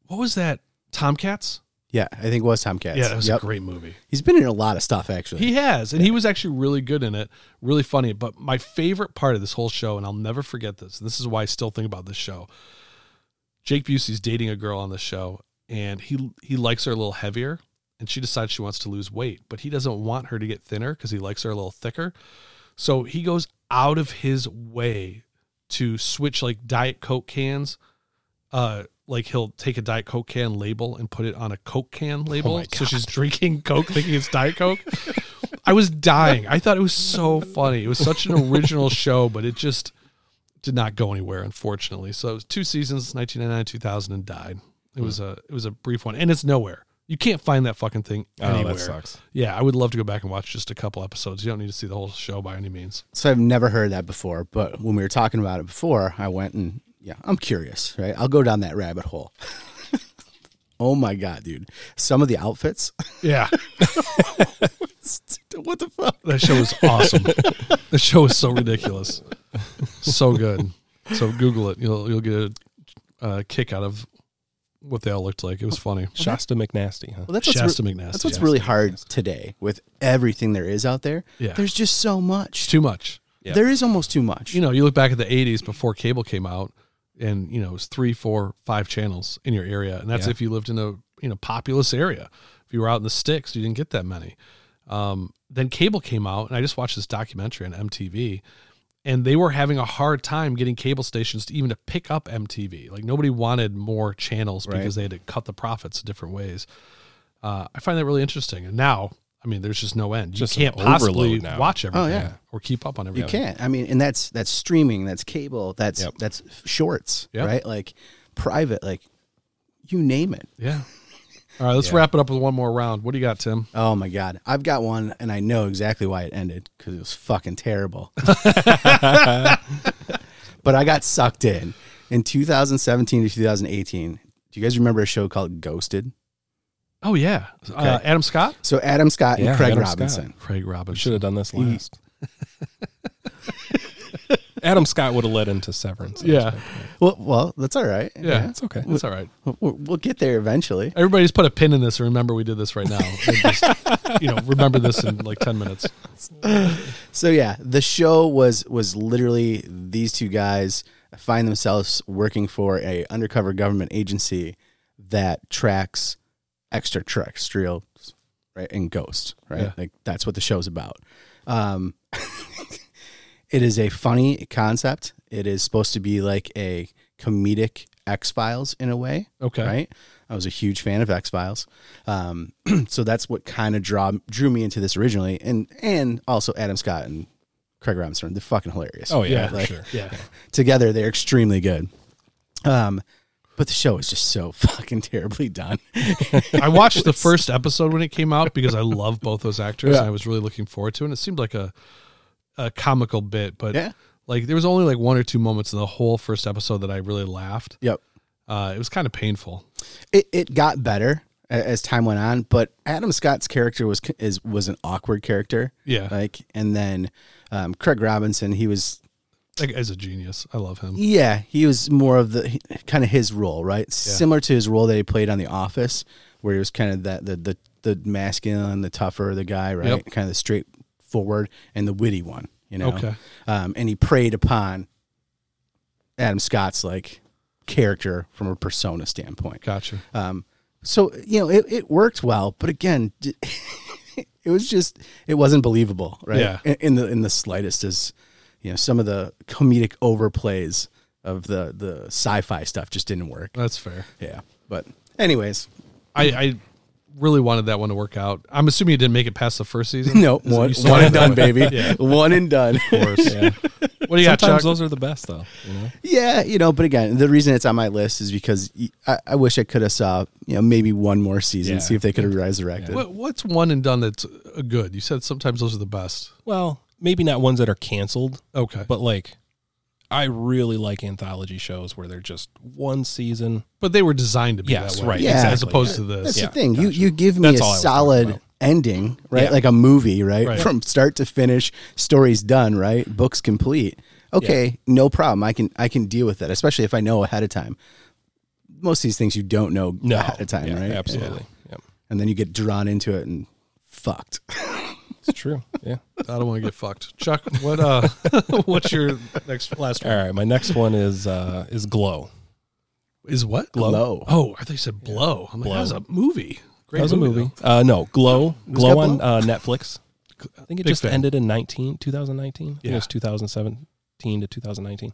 what was that? Tomcats? Yeah, I think it was Tomcats. Yeah, that was Yep. a great movie. He's been in a lot of stuff actually. He has, and he was actually really good in it, really funny. But my favorite part of this whole show, and I'll never forget this, and this is why I still think about this show. Jake Busey's dating a girl on the show, and he he likes her a little heavier, and she decides she wants to lose weight, but he doesn't want her to get thinner because he likes her a little thicker. So he goes out of his way to switch like Diet Coke cans. Uh, like he'll take a Diet Coke can label and put it on a Coke can label. so she's drinking Coke thinking it's Diet Coke. I was dying. I thought it was so funny. It was such an original show, but it just did not go anywhere, unfortunately. So it was two seasons, 1999, 2000, and died. It was a it was a brief one, and it's nowhere. You can't find that fucking thing Oh, anywhere. that sucks. Yeah, I would love to go back and watch just a couple episodes. You don't need to see the whole show by any means. So I've never heard that before, but when we were talking about it before, I went and yeah, I'm curious, right? I'll go down that rabbit hole. oh my god, dude. Some of the outfits. Yeah, what the fuck? that show was awesome. the show was so ridiculous, so good. So Google it. You'll you'll get a uh, kick out of what they all looked like. It was funny. Shasta McNasty, huh? Well, that's Shasta what's, McNasty. that's what's Yeah. really hard today with everything there is out there. Yeah. There's just so much. It's too much. There is almost too much. you know, you look back at the 80s before cable came out and, you know, it was three, four, five channels in your area. And that's Yeah. if you lived in a, you know, populous area. If you were out in the sticks, you didn't get that many. Um, then cable came out and I just watched this documentary on MTV and they were having a hard time getting cable stations to even to pick up MTV. Like nobody wanted more channels because they had to cut the profits different ways. Uh, I find that really interesting. And now, I mean, there's just no end. You Just an can't possibly overload now. Oh, watch everything yeah. or keep up on You everything. can't. I mean, and that's that's streaming, that's cable, that's Yep. that's shorts, Yep. right? Like private, like you name it. Yeah. All right, let's wrap it up with one more round. What do you got, Tim? Oh my god, I've got one, and I know exactly why it ended because it was fucking terrible. but I got sucked in in 2017 to 2018. Do you guys remember a show called Ghosted? Oh yeah, uh, Adam Scott, So Adam Scott and Yeah, Craig Adam Robinson. Craig Should Robinson. have done this last. Adam Scott would have led into Severance. Yeah, Well, well, that's all right. yeah, it's okay. It's all right. We'll, we'll get there eventually. Everybody's put a pin in this and remember we did this right now. And just, you know, remember this in like ten minutes. So yeah, the show was was literally these two guys find themselves working for a undercover government agency that tracks extraterrestrial right and ghosts, right? Yeah. Like that's what the show's about. Um it is a funny concept. It is supposed to be like a comedic X-Files in a way. Okay. Right? I was a huge fan of X-Files. Um so that's what kind of draw drew me into this originally, and and also Adam Scott and Craig Robinson. They're fucking hilarious. Oh yeah, Yeah. for Like- sure. Yeah, together they're extremely good. Um, but the show is just so fucking terribly done. I watched the first episode when it came out because I love both those actors and I was really looking forward to it. And it seemed like a a comical bit, but Yeah. like there was only like one or two moments in the whole first episode that I really laughed. yep, Uh, it was kind of painful. it it got better a- as time went on, but Adam Scott's character was is was an awkward character. Yeah. like and then um, Craig Robinson, he was Like, as a genius, I love him. Yeah, he was more of the kind of his role, right? Similar to his role that he played on The Office, where he was kind of that the the the masculine, the tougher, the guy, right? Yep. Kind of the straightforward and the witty one, you know. Okay. Um, and he preyed upon Adam Scott's like character from a persona standpoint. Gotcha. Um, so you know, it, it worked well, but again, d- it was just it wasn't believable, right? Yeah. In, in the in the slightest, as you know, some of the comedic overplays of the the sci-fi stuff just didn't work. That's fair. Yeah, but anyways, I, I really wanted that one to work out. I'm assuming you didn't make it past the first season. no Is it- one, you still one have that and done, one? baby, Yeah. one and done. Yeah. What do you got, Chuck? Sometimes those are the best, though. You know? Yeah, you know, but again, the reason it's on my list is because y- I, I wish I could have saw you know maybe one more season, Yeah. see if they could have resurrected. What, what's one and done that's uh, good? You said sometimes those are the best. Well, maybe not ones that are canceled, oh, Okay, but but like, I really like anthology shows where they're just one season. but they were designed to be Yes, that way, right, Yeah. as exactly. opposed to That's this. Yeah, the thing. You gotcha. you give me That's a all I was talking solid about. ending, right? Yeah. Like a movie, right? Right. From start to finish, story's done, right? Book's complete. Okay, no problem. I can I can deal with that, especially if I know ahead of time. Most of these things you don't know No, ahead of time, Yeah, right? Absolutely. Yeah. Yep. And then you get drawn into it and fucked. It's true. Yeah. I don't want to get fucked, Chuck. What uh, what's your next last All one? right. My next one is uh is Glow. Is what Glow. Oh, I thought you said blow. I'm like, that was a movie. Great that was a movie. Uh, no, Glow. got Glow on Glow? Uh, Netflix. I think it Big just fan. ended in 19, 2019. I think Yeah. It was 2017 to 2019.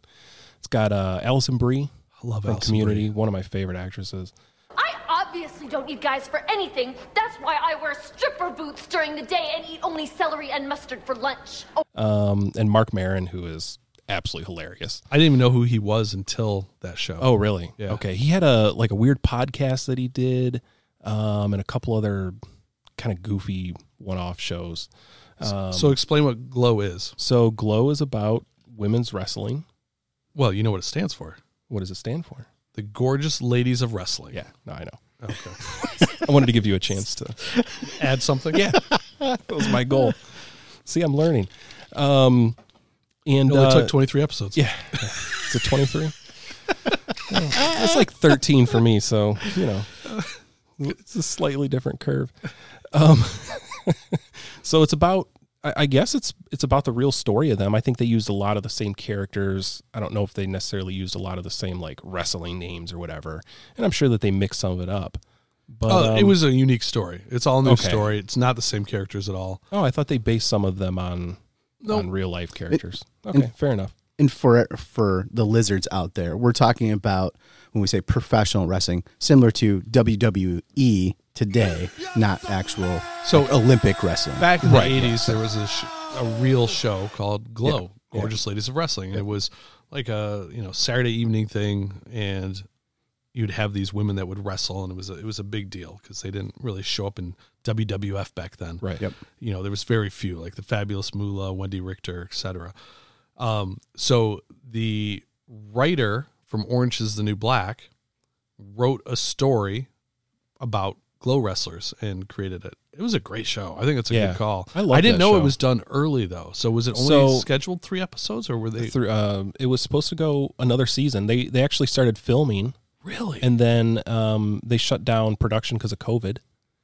It's got uh, Allison Brie though. I love from Alison Community, Brie. one of my favorite actresses. I obviously don't need guys for anything. That's why I wear stripper boots during the day and eat only celery and mustard for lunch. Oh, Um, and Mark Maron, who is absolutely hilarious. I didn't even know who he was until that show. Oh, really? Yeah. Okay. He had a like a weird podcast that he did, um, and a couple other kind of goofy one-off shows. so explain what glow is. So Glow is about women's wrestling. Well, you know what it stands for. What does it stand for? The gorgeous ladies of wrestling. Yeah. No, I know. Okay. I wanted to give you a chance to. Add something. Yeah. That was my goal. See, I'm learning. Um, and It only uh, took 23 episodes. yeah, it's a 23. It's like 13 for me, so you know, it's a slightly different curve. Um, so it's about, I, I guess it's it's about the real story of them. I think they used a lot of the same characters. I don't know if they necessarily used a lot of the same like wrestling names or whatever, and I'm sure that they mixed some of it up. But Oh, it um, was a unique story. It's all new Okay. story. It's not the same characters at all. Oh, I thought they based some of them on No. on real life characters. okay, fair enough. and for for the lizards out there, we're talking about when we say professional wrestling, similar to WWE today, not actual So- Olympic wrestling. Back in the 80s, there was a, sh- a real show called Glow, Gorgeous Ladies of Wrestling. It was like a, you know, Saturday evening thing and you'd have these women that would wrestle and it was a, it was a big deal cuz they didn't really show up in WWF back then. Right. Yep. You know, there was very few like the Fabulous Moolah, Wendy Richter, etc. Um so the writer from Orange is the New Black wrote a story about glow wrestlers and created it. It was a great show. I think it's a Yeah. good call. I love I didn't that know it show. was done early though. So was it only So- scheduled three episodes or were they Through, um, it was supposed to go another season. They they actually started filming, really? and then um, they shut down production because of COVID,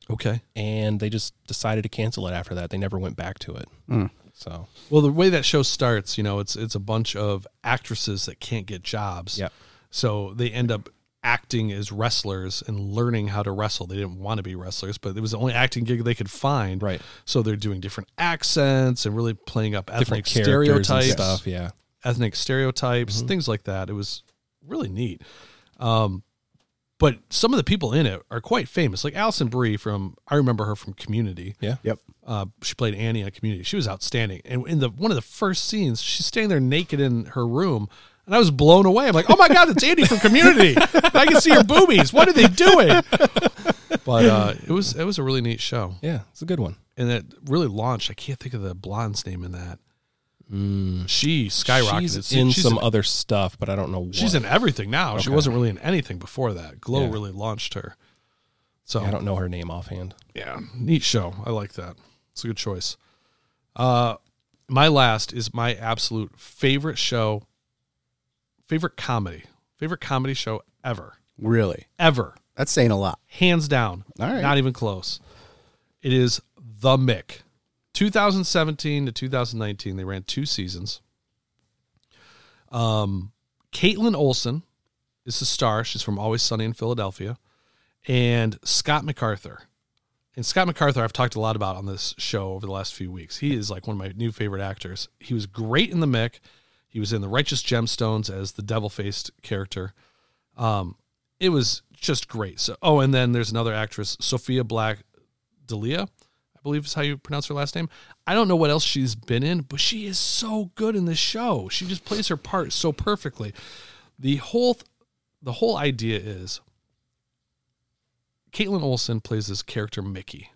okay. and they just decided to cancel it after that. They never went back to it. Hmm. So Well, the way that show starts, you know, it's it's a bunch of actresses that can't get jobs. Yep. So they end up acting as wrestlers and learning how to wrestle. They didn't want to be wrestlers, but it was the only acting gig they could find. Right. So they're doing different accents and really playing up ethnic different characters and stereotypes. stuff. Yeah. Mm-hmm. ethnic stereotypes, things like that. It was really neat. Um, but some of the people in it are quite famous, like Allison Brie from I remember her from Community. Yeah. Yep. Uh, she played Annie on Community. She was outstanding. And in the one of the first scenes, she's standing there naked in her room. And I was blown away. I'm like, oh my God, it's Annie from Community. I can see her boobies. What are they doing? But uh, it was it was a really neat show. Yeah. It's a good one. And it really launched. I can't think of the blonde's name in that. She skyrocketed. Mm. She's She- in she's some an other stuff, but I don't know. What. She's in everything now. She Okay. wasn't really in anything before that. Glow Yeah. really launched her. So I don't know her name offhand. yeah, neat show. I like that. It's a good choice. Uh, my last is my absolute favorite show, favorite comedy, favorite comedy show ever, Really, ever, that's saying a lot. hands down. All right. not even close. It is The Mick. 2017 to 2019, they ran two seasons. Um, Caitlin Olsen is the star. She's from Always Sunny in Philadelphia. And Scott MacArthur. And Scott MacArthur, I've talked a lot about on this show over the last few weeks. He is like one of my new favorite actors. He was great in The Mick. He was in The Righteous Gemstones as the devil faced character. Um, it was just great. So, oh, and then there's another actress, Sophia Black Dalia, I believe is how you pronounce her last name. I don't know what else she's been in, but she is so good in this show. She just plays her part so perfectly. The whole, th- the whole idea is, Caitlin Olsen plays this character Mickey,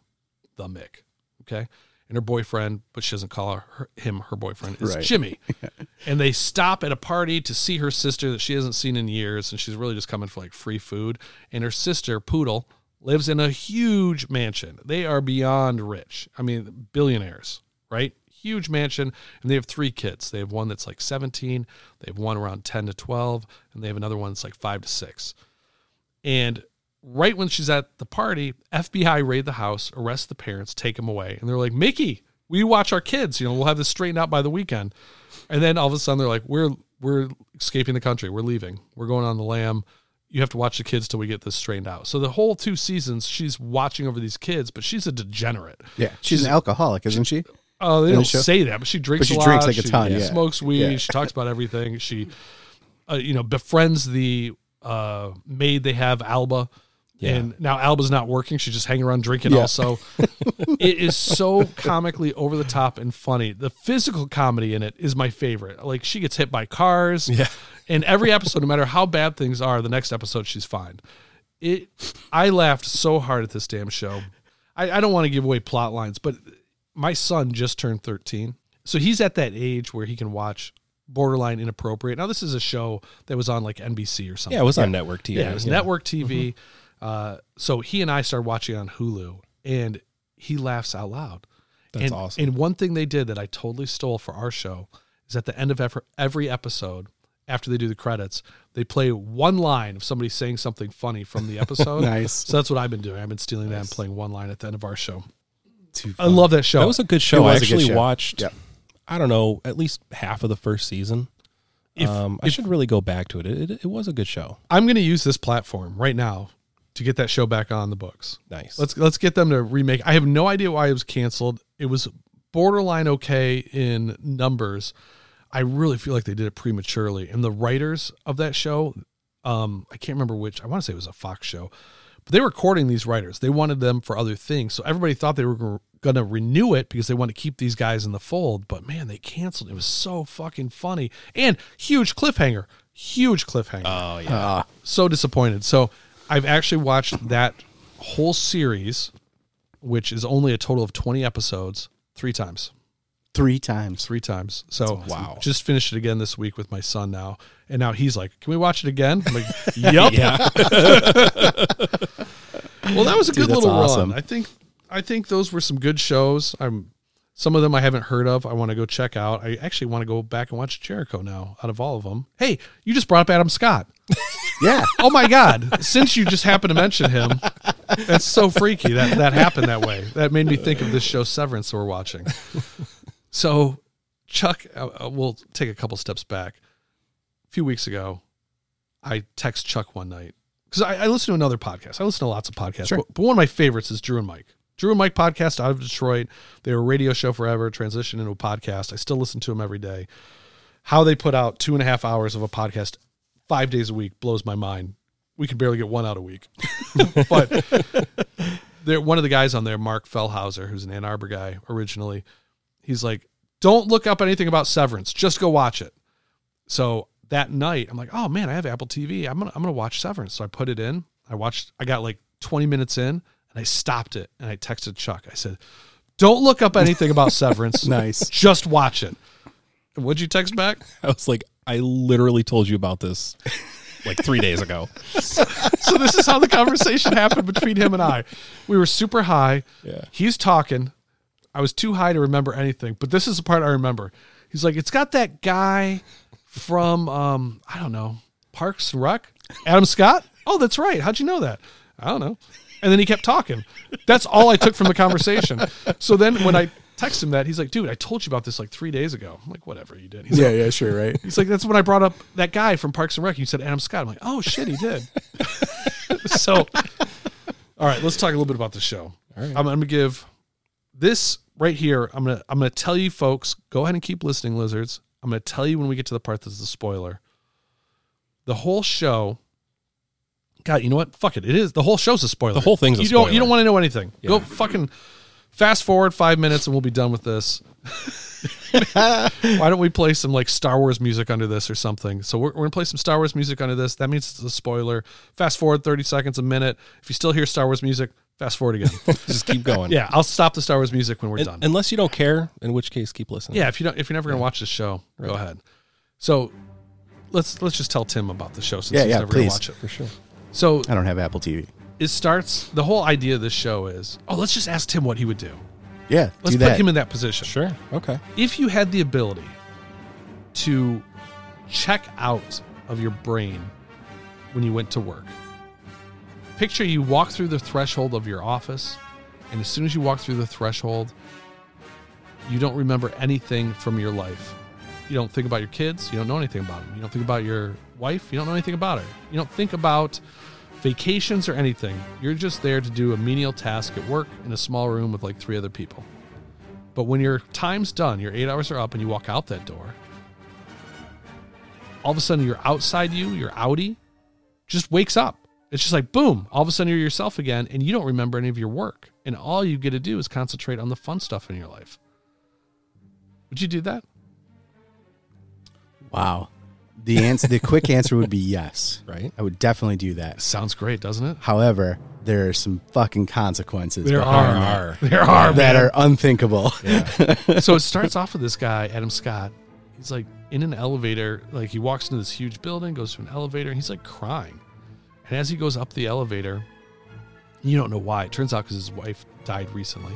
the Mick, okay, and her boyfriend, but she doesn't call her, her- him her boyfriend, is Right. Jimmy, and they stop at a party to see her sister that she hasn't seen in years, and she's really just coming for like free food. And her sister Poodle lives in a huge mansion. They are beyond rich. I mean, billionaires, right? Huge mansion, and they have three kids. They have one that's like 17, they have one around 10 to 12, and they have another one that's like five to six. And right when she's at the party, FBI raid the house, arrest the parents, take them away. And they're like, Mickey, will you watch our kids? You know, we'll have this straightened out by the weekend. And then all of a sudden they're like, We're we're escaping the country. We're leaving. We're going on the lam. You have to watch the kids till we get this straightened out. So the whole two seasons, she's watching over these kids, but she's a degenerate. Yeah, she's, an alcoholic, isn't she? Oh, they In the don't show? say that, but she drinks. But she a lot, drinks like a she ton, yeah. smokes weed. Yeah. She talks about everything. She, uh, you know, befriends the uh, maid they have, Alba. And now Alba's not working. She's just hanging around drinking. Yeah. Also, it is so comically over the top and funny. The physical comedy in it is my favorite. Like she gets hit by cars. Yeah. And every episode, no matter how bad things are, the next episode she's fine. It. I laughed so hard at this damn show. I, I don't want to give away plot lines, but my son just turned 13. So he's at that age where he can watch borderline inappropriate. Now, this is a show that was on like NBC or something. Yeah, it was on network TV. Yeah, it was network TV. Uh, so he and I started watching on Hulu, and he laughs out loud. That's And- awesome. And one thing they did that I totally stole for our show is at the end of ev- every episode, after they do the credits, they play one line of somebody saying something funny from the episode. Nice. So that's what I've been doing. I've been stealing that and playing one line at the end of our show. Too I love that show. That was a good show. Oh, was I a good actually show. watched. Yep. I don't know, at least half of the first season. If- um, I should really go back to it. It, it, it was a good show. I'm going to use this platform right now to get that show back on the books. Nice. Let's let's get them to remake. I have no idea why it was canceled. It was borderline okay in numbers. I really feel like they did it prematurely. And the writers of that show, um, I can't remember which. I want to say it was a Fox show, but they were courting these writers. They wanted them for other things, so everybody thought they were going to renew it because they wanted to keep these guys in the fold. But man, they canceled. It was so fucking funny and huge cliffhanger. Huge cliffhanger so disappointed. So I've actually watched that whole series, which is only a total of 20 episodes, three times. three times. Three times. So Wow. Just finished it again this week with my son now. And now he's like, Can we watch it again? I'm like, Yep. well, that was a Dude, good that's little awesome. run. I think I think those were some good shows. I'm some of them I haven't heard of. I want to go check out. I actually want to go back and watch Jericho now out of all of them. Hey, you just brought up Adam Scott. Yeah, Oh my God! Since you just happened to mention him, that's so freaky that that happened that way. That made me think of this show Severance that we're watching. So, Chuck, uh, uh, we'll take a couple steps back. A few weeks ago, I text Chuck one night because I, I listen to another podcast. I listen to lots of podcasts, Sure. but, but one of my favorites is Drew and Mike. Drew and Mike podcast out of Detroit. They were a radio show forever, transitioned into a podcast. I still listen to them every day. How they put out two and a half hours of a podcast five days a week blows my mind. We can barely get one out a week. but there, one of the guys on there, Mark Fellhauser, who's an Ann Arbor guy originally, he's like, don't look up anything about Severance. Just go watch it. So that night, I'm like, oh man, I have Apple TV. I'm gonna I'm gonna watch Severance. So I put it in. I watched. I got like 20 minutes in, and I stopped it. And I texted Chuck. I said, don't look up anything about Severance. Nice. Just watch it. And What'd you text back? I was like, I literally told you about this like three days ago. so this is how the conversation happened between him and I. We were super high. Yeah. He's talking. I was too high to remember anything, but this is the part I remember. He's like, "It's got that guy from um, I don't know, Parks and Rec, Adam Scott." Oh, that's right. How'd you know that? I don't know. And then he kept talking. That's all I took from the conversation. So then when I text him that, he's like, dude, I told you about this like three days ago. I'm like, whatever you did. He's yeah, like, yeah, sure, right. he's like, that's when I brought up that guy from Parks and Rec. You said Adam Scott. I'm like, oh shit, he did. so, all right, let's talk a little bit about the show. All right. I'm, I'm gonna give this right here. I'm gonna I'm gonna tell you folks. Go ahead and keep listening, lizards. I'm gonna tell you when we get to the part that's the spoiler. The whole show. God, you know what? Fuck it. It is the whole show's a spoiler. The whole thing's a you don't you spoiler. don't want to know anything. Go fucking fast forward five minutes and we'll be done with this. Why don't we play some like Star Wars music under this or something? So we're, we're gonna play some Star Wars music under this. That means it's a spoiler. Fast forward thirty seconds, a minute. If you still hear Star Wars music, fast forward again. Just keep going. yeah, I'll stop the Star Wars music when we're Un- done. unless you don't care, in which case keep listening. yeah, if you don't, if you're never gonna watch this show, go ahead. So let's let's just tell Tim about the show since Yeah, he's yeah, never please. gonna watch it. for sure. So I don't have Apple TV. it starts. The whole idea of this show is, oh, let's just ask Tim what he would do. Yeah, Let's do put that. him in that position. Sure. Okay. if you had the ability to check out of your brain when you went to work, picture you walk through the threshold of your office, and as soon as you walk through the threshold, you don't remember anything from your life. You don't think about your kids. You don't know anything about them. You don't think about your wife. You don't know anything about her. You don't think about vacations or anything. You're just there to do a menial task at work in a small room with like three other people. But when your time's done, your eight hours are up, and you walk out that door, all of a sudden you're outside you, your Audi just wakes up. It's just like, boom, all of a sudden you're yourself again, and you don't remember any of your work. And all you get to do is concentrate on the fun stuff in your life. Would you do that? Wow. The answer, the quick answer would be yes. Right. I would definitely do that. Sounds great, doesn't it? However, there are some fucking consequences. There behind are. that. There are that are unthinkable. so it starts off with this guy, Adam Scott. He's like in an elevator, like he walks into this huge building, goes to an elevator, and he's like crying. And as he goes up the elevator, you don't know why. It turns out because his wife died recently.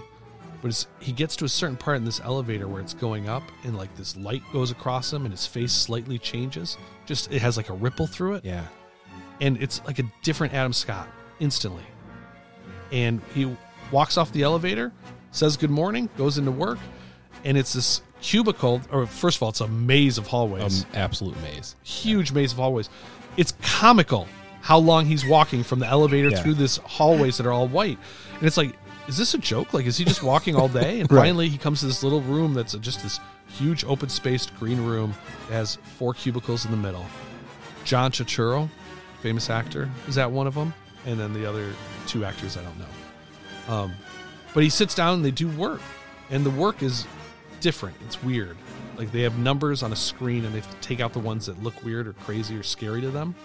But it's, he gets to a certain part in this elevator where it's going up, and like this light goes across him, and his face slightly changes. Just it has like a ripple through it Yeah. and it's like a different Adam Scott instantly. And he walks off the elevator, says good morning, goes into work, and it's this cubicle. Or first of all, it's a maze of Um, hallways, absolute maze. huge maze of hallways. It's comical how long he's walking from the elevator Yeah. through this hallways that are all white, and it's like, is this a joke? Like, is he just walking all day? And Right. finally, he comes to this little room that's just this huge open spaced green room that has four cubicles in the middle. John Chachuro, famous actor, is at one of them, and then the other two actors I don't know. Um, but he sits down and they do work, and the work is different. It's weird. Like they have numbers on a screen, and they take out the ones that look weird or crazy or scary to them.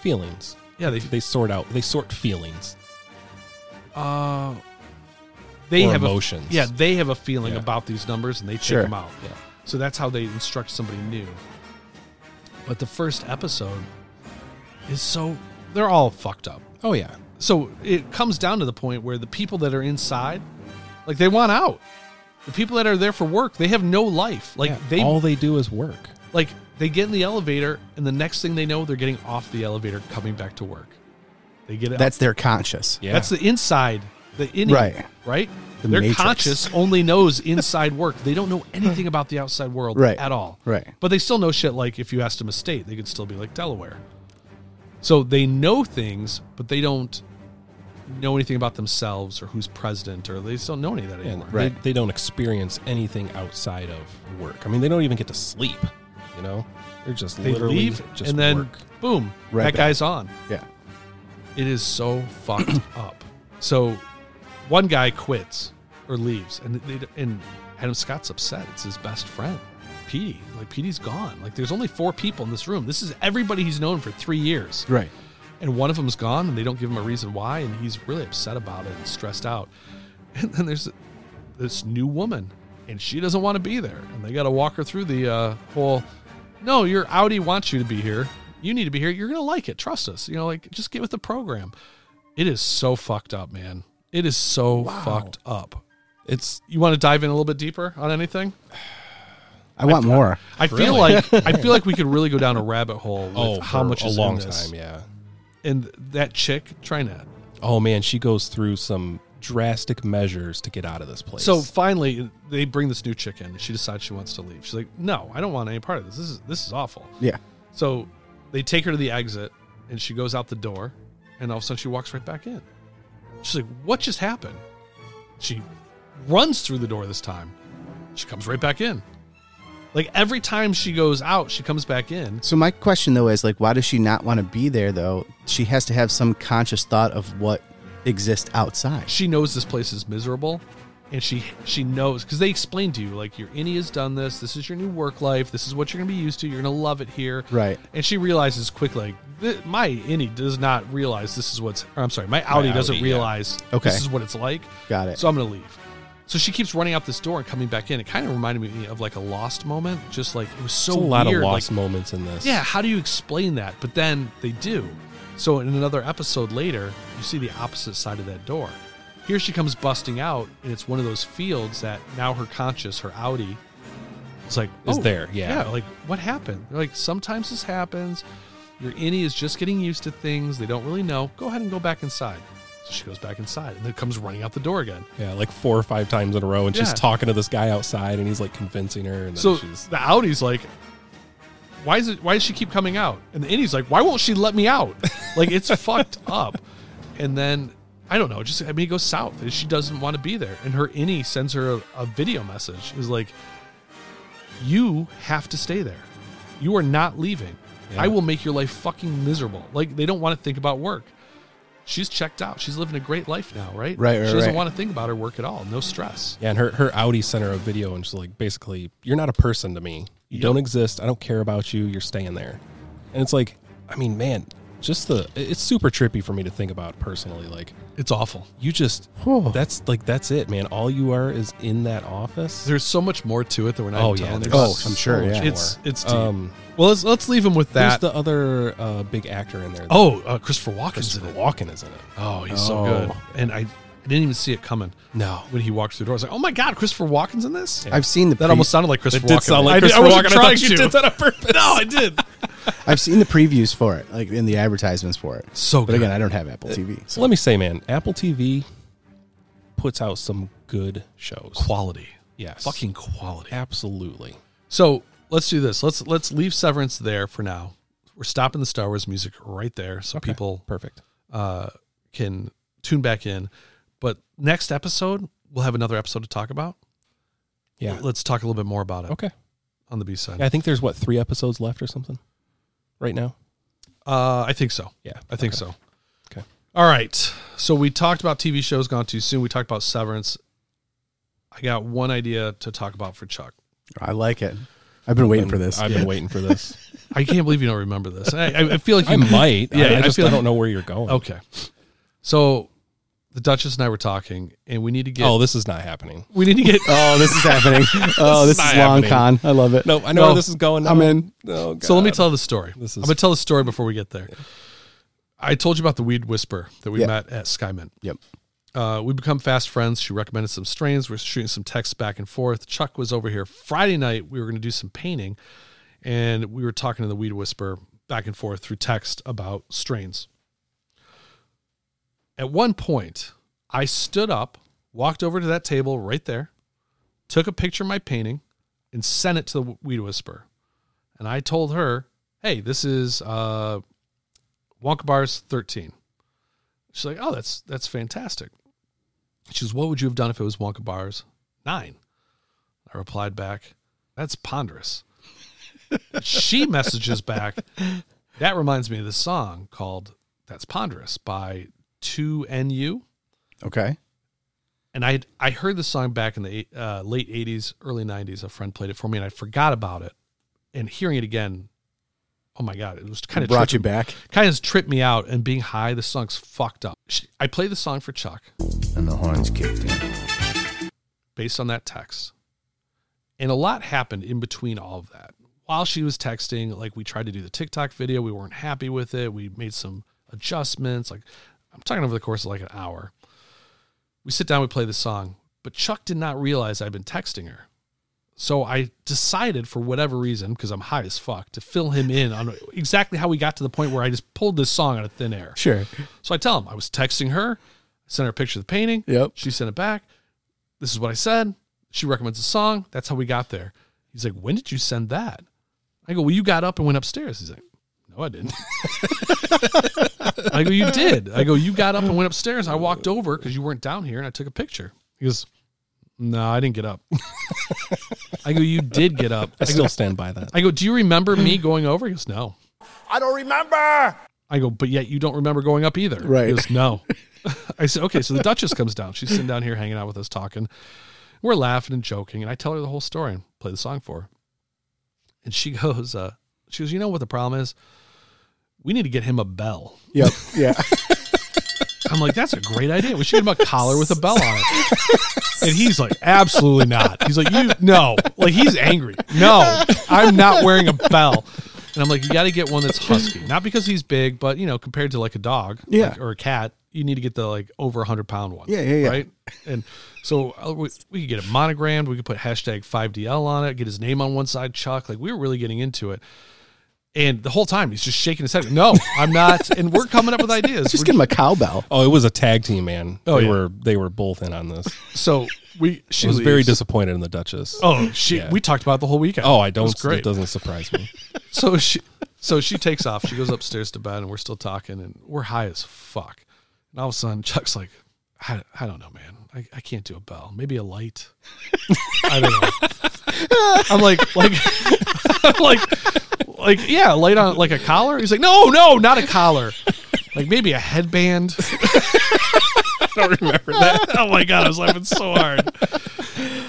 Feelings. Yeah, they They sort out. They sort feelings. uh, they Or have a- emotions. yeah, they have a feeling Yeah. about these numbers, and they check Sure. them out. Yeah. So that's how they instruct somebody new. But the first episode is so they're all fucked up. Oh yeah. so it comes down to the point where the people that are inside like they want out the people that are there for work they have no life like Yeah. they all they do is work. like they get in the elevator and the next thing they know they're getting off the elevator coming back to work they get it That's their conscious. Yeah. that's the inside the inning, Right. right The their matrix. conscious only knows inside work they don't know anything about the outside world Right. at all Right. but they still know shit like if you asked them a state they could still be like delaware so they know things but they don't know anything about themselves or who's president or they just don't know any of that And anymore Right. they, they don't experience anything outside of work. I mean, they don't even get to sleep. You know, they're just they literally leave just and then work. boom Right that back. guy's on Yeah. it is so fucked up. So one guy quits or leaves, and they, and Adam Scott's upset. It's his best friend, Petey. Like Petey's gone. Like there's only four people in this room. This is everybody he's known for three years, Right. and one of them's gone, and they don't give him a reason why, and he's really upset about it and stressed out. And then there's this new woman, and she doesn't want to be there, and they got to walk her through the uh, whole. No, your Audi wants you to be here. You need to be here. You're gonna like it. Trust us. You know, like just get with the program. It is so fucked up, man. It is so fucked up. It's You want to dive in a little bit deeper on anything? I want more. I feel Really? like I feel like we could really go down a rabbit hole with oh how for much a is long in this. time. Yeah. And that chick trying to Oh man, she goes through some drastic measures to get out of this place. So finally, they bring this new chick in, and she decides she wants to leave. She's like, "No, I don't want any part of this. This is this is awful." Yeah. So they take her to the exit, and she goes out the door, and all of a sudden she walks right back in. She's like, "What just happened?" She runs through the door this time. She comes right back in. Like every time she goes out, she comes back in. So my question though is like, why does she not want to be there though? She has to have some conscious thought of what exists outside. she knows this place is miserable and she she knows because they explained to you like your innie has done this this is your new work life this is what you're gonna be used to you're gonna love it here Right. and she realizes quickly like, th- my innie does not realize this is what's or i'm sorry my outie doesn't outie, yeah. realize Okay. this is what it's like Got it. so i'm gonna leave so she keeps running out this door and coming back in it kind of reminded me of like a lost moment just like it was so There's a lot weird, of like, lost moments in this. yeah, how do you explain that? But then they do. So in another episode later, you see the opposite side of that door. Here she comes busting out, and it's one of those fields that now her conscious, her Audi, is like, Is "Oh, there, yeah. like what happened? They're like, sometimes this happens. Your innie is just getting used to things. They don't really know. Go ahead and go back inside. So she goes back inside, and then comes running out the door again. Yeah, like four or five times in a row, and she's Yeah. talking to this guy outside, and he's like convincing her, and then So she's the Audi's like, why is it? Why does she keep coming out? And the Indy's like, why won't she let me out? Like it's fucked up. And then I don't know. Just I mean, it goes south. and She doesn't want to be there. And her Innie sends her a, a video message. Is like, you have to stay there. You are not leaving. I will make your life fucking miserable. Like they don't want to think about work. She's checked out. She's living a great life now, right? Right, right, She doesn't right. want to think about her work at all. No stress. yeah, and her her Audi sent her a video, and she's like, basically, you're not a person to me. You don't exist. I don't care about you. You're staying there, and it's like, I mean, man, just the it- it's super trippy for me to think about personally. Like, It's awful. you just that's like that's it, man. All you are is in that office. There's so much more to it that we're not oh even yeah, telling there's you about. Oh, I'm sure, much yeah. more. It's it's deep. um, well. Let's let's leave him with who's that. the other uh, big actor in there? oh, uh, Christopher Walken's in Christopher it. Walken is in it. Oh, he's so good. And I, I didn't even see it coming. No. when he walks through the door, I was like, oh my god, Christopher Walken's in this. I've seen the that pre- almost sounded like Christopher did Walken. sound like I, Christopher I Walken. I wasn't thought trying you to. did that on purpose. No, I did. I've seen the previews for it, like in the advertisements for it. So But good. again, I don't have Apple TV. So. So let me say, man, Apple TV puts out some good shows. Quality, Yes. fucking quality. absolutely. So let's do this. Let's let's leave Severance there for now. We're stopping the Star Wars music right there, so people Perfect. uh, can tune back in. But next episode, we'll have another episode to talk about. Yeah. Let's talk a little bit more about it Okay. on the B side. I think there's what three episodes left or something right now. Uh, I think so. Yeah. I think Okay. so. Okay. All right. So we talked about TV shows gone too soon. We talked about Severance. I got one idea to talk about for Chuck. I like it. I've been waiting for this. I've been waiting for this. I can't believe you don't remember this. I, I- I feel like you I might. Yeah, I, I Oh, I just I feel- don't know where you're going. Okay. So the Duchess and I were talking, and we need to get. Oh, this is not happening. we need to get. Oh, this is happening. Oh, this, not is long happening. con. I love it. No, I know No. where this is going. I'm in. Oh, God. So let me tell the story. This is- I'm gonna tell the story before we get there. I told you about the weed whisper that we Yeah. met at Skymint. Yep. Uh, we become fast friends. She recommended some strains. We're shooting some texts back and forth. Chuck was over here Friday night. We were going to do some painting, and we were talking to the Weed Whisperer back and forth through text about strains. At one point, I stood up, walked over to that table right there, took a picture of my painting, and sent it to the Weed Whisperer. And I told her, "Hey, this is uh, Wonka Bars 13." She's like, "Oh, that's that's fantastic." She goes, "What would you have done if it was Wonka bars nine? I replied back, "That's ponderous." she messages back, "That reminds me of this song called That's Ponderous by Two NU." Okay. And I I heard the song back in the eight- uh, late '80s, early '90s. A friend played it for me, and I forgot about it. And hearing it again, oh my god, it was kind of Brought you back. kind of tripped me out and being high the song's fucked up She- i play the song for chuck And the horns kicked in. based on that text and a lot happened in between all of that while she was texting like we tried to do the tiktok video we weren't happy with it we made some adjustments like i'm talking over the course of like an hour we sit down we play the song but chuck did not realize i'd been texting her So I decided, for whatever reason, because I'm high as fuck, to fill him in on exactly how we got to the point where I just pulled this song out of thin air. Sure. So I tell him I was texting her, sent her a picture of the painting. Yep. She sent it back. This is what I said. She recommends a song. That's how we got there. He's like, when did you send that? I go, well, you got up and went upstairs. He's like, no, I didn't. I go, you did. I go, you got up and went upstairs. I walked over because you weren't down here and I took a picture. He goes, no, I didn't get up. I go, you did get up. I still stand by that. I go, do you remember me going over? He goes, no. I don't remember. I go, but yet you don't remember going up either. Right. He goes, no. I said, okay, so the Duchess comes down. She's sitting down here hanging out with us talking. We're laughing and joking, and I tell her the whole story and play the song for her. And she goes, uh, she goes, you know what the problem is? We need to get him a bell. Yep. Yeah. I'm like, that's a great idea. We should get him a collar with a bell on it. And he's like, absolutely not. He's like, you no. Like he's angry. No, I'm not wearing a bell. And I'm like, you got to get one that's husky, not because he's big, but you know, compared to like a dog, Yeah. like- or a cat, you need to get the like over 100 pound one. Yeah, yeah, yeah. Right. And so uh, we, we could get it monogrammed. We could put hashtag 5DL on it. Get his name on one side, Chuck. Like we were really getting into it. And the whole time he's just shaking his head. No, I'm not. And we're coming up with ideas. Just We're give him a cowbell. Oh, it was a tag team, man. Oh, they yeah. were they were both in on this. So we she I was very leaves. disappointed in the Duchess. Oh she we talked about it the whole weekend. Oh, I It don't. was great. It doesn't surprise me. So she so she takes off. She goes upstairs to bed, and we're still talking, and we're high as fuck. And all of a sudden, Chuck's like, I, I don't know, man. I, I can't do a bell. Maybe a light. I don't know. I'm like like I'm like like yeah, light on like a collar. He's like, no, no, not a collar. Like maybe a headband. I don't remember that. oh my god, I was laughing so hard.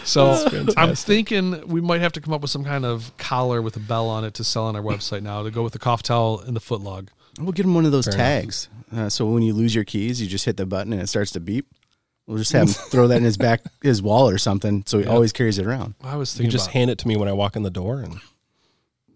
So I'm thinking we might have to come up with some kind of collar with a bell on it to sell on our website now to go with the cough towel and the foot log. We'll get him one of those tags. Uh, so when you lose your keys, you just hit the button and it starts to beep. We'll just have him throw that in his back, his wall or something, so he always carries it around. I was thinking You just about hand it to me when I walk in the door, and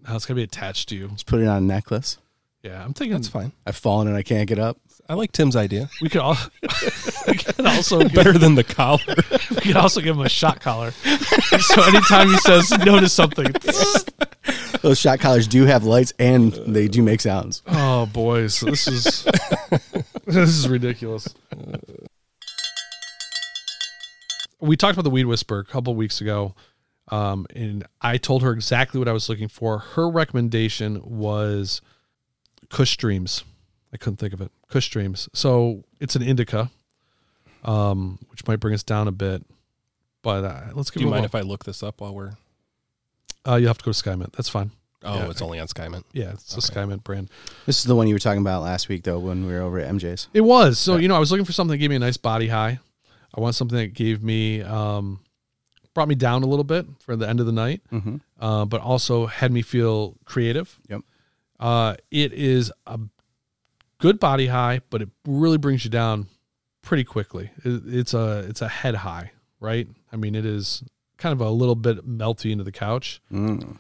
how it's gonna be attached to you. Just put it on a necklace. Yeah, I'm thinking it's fine. I've fallen and I can't get up. I like Tim's idea we could all we could also give, better than the collar. we could also give him a shot collar. so anytime he says no to something, Those shot collars do have lights and Uh, they do make sounds. oh boys, this is this is ridiculous. We talked about the weed whisperer a couple weeks ago, um, and I told her exactly what I was looking for. Her recommendation was Kush Dreams. I couldn't think of it. Kush Dreams. So it's an indica, um, which might bring us down a bit. But uh, let's give Do you a mind if look. I look this up while we're? Uh, you have to go to Skymint. That's fine. Oh, Yeah. it's only on Skymint. Yeah, it's a Skymint brand. This is the one you were talking about last week, though, when we were over at MJ's. It was. So, you know, I was looking for something that gave me a nice body high. I want something that gave me, um, brought me down a little bit for the end of the night, uh, but also had me feel creative. Yep. Uh, it is a good body high, but it really brings you down pretty quickly. It, it's a it's a head high, right? I mean, it is kind of a little bit melty into the couch. Um,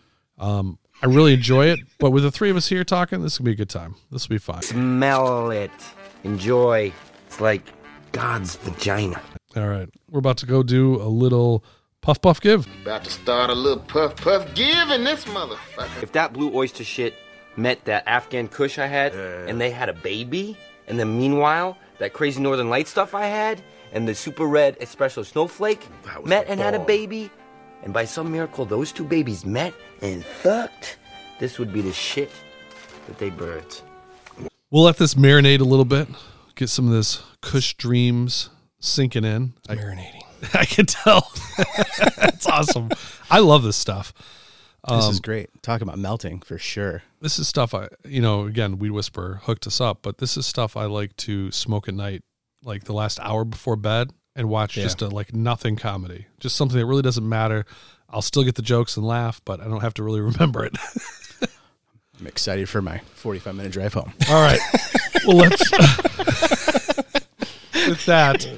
I really enjoy it, but with the three of us here talking, this will be a good time. This will be fine. Smell it. Enjoy. It's like God's vagina. All right. We're about to go do a little puff puff give. About to start a little puff puff giving this motherfucker. If that blue oyster shit met that Afghan Kush I had, and they had a baby, and then meanwhile, that crazy Northern Light stuff I had, and the super red espresso snowflake met and had a baby, and by some miracle, those two babies met and fucked, this would be the shit that they birthed. We'll let this marinate a little bit, get some of this Kush dreams sinking in. I, Marinating. I can tell. That's awesome. I love this stuff. This Um, is great. Talking about melting for sure. This is stuff I, you know, again, Weed Whisperer hooked us up, but this is stuff I like to smoke at night, like the last hour before bed and watch just a like nothing comedy, just something that really doesn't matter. I'll still get the jokes and laugh, but I don't have to really remember it. I'm excited for my 45 minute drive home. All right. Well, let's. with that,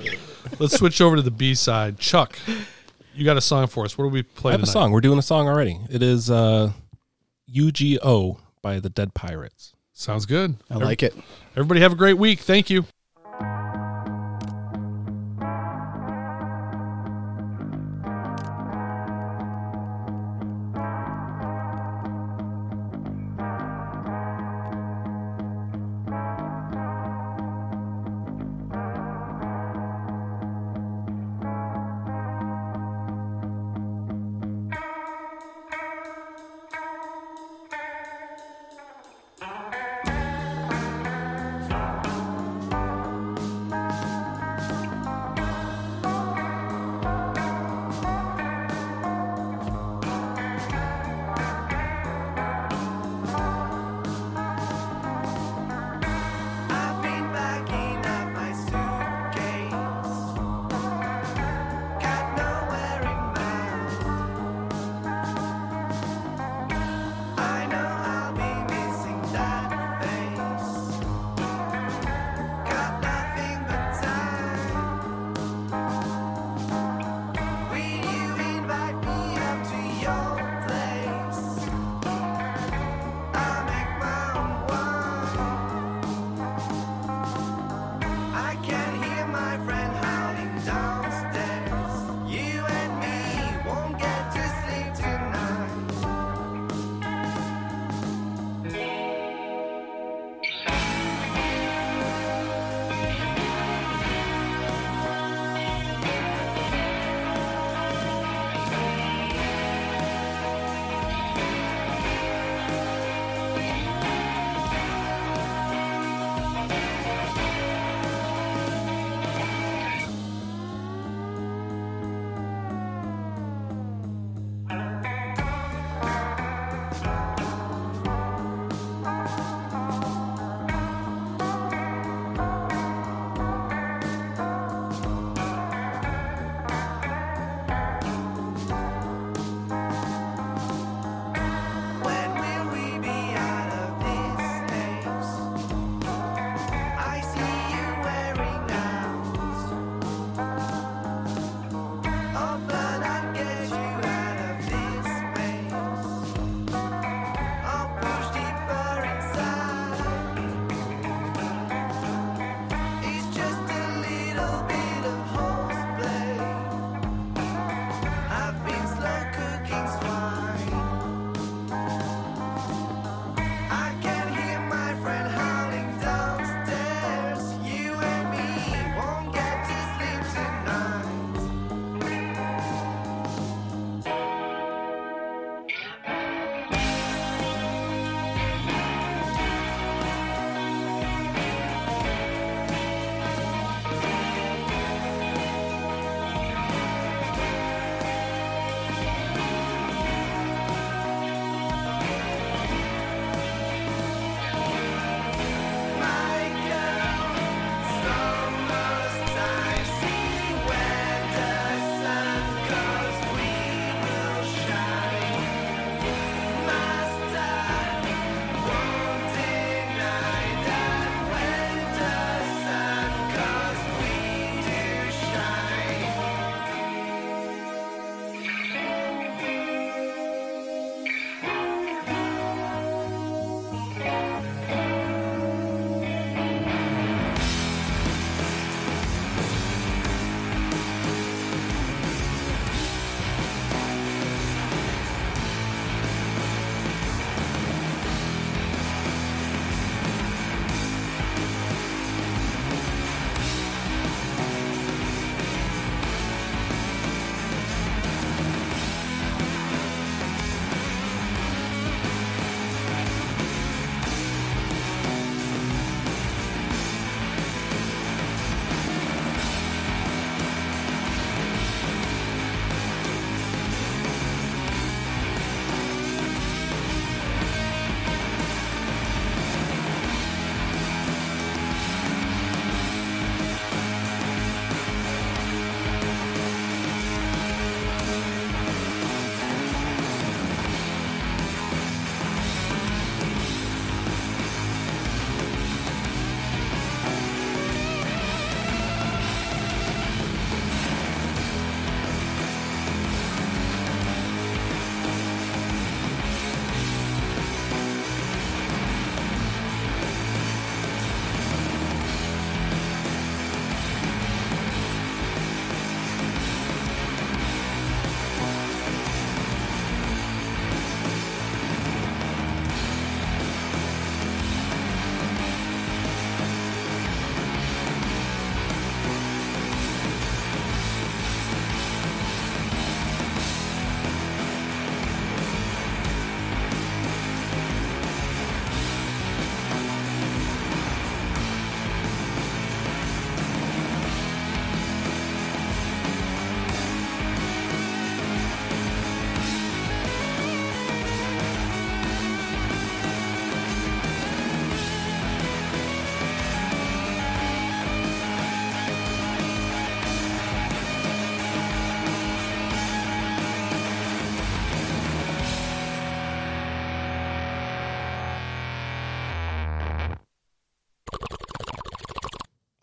let's switch over to the B side. Chuck, you got a song for us. What do we play I have a tonight? song. We're doing a song already. It is uh, UGO by the Dead Pirates. Sounds good. I like it. Everybody have a great week. Thank you.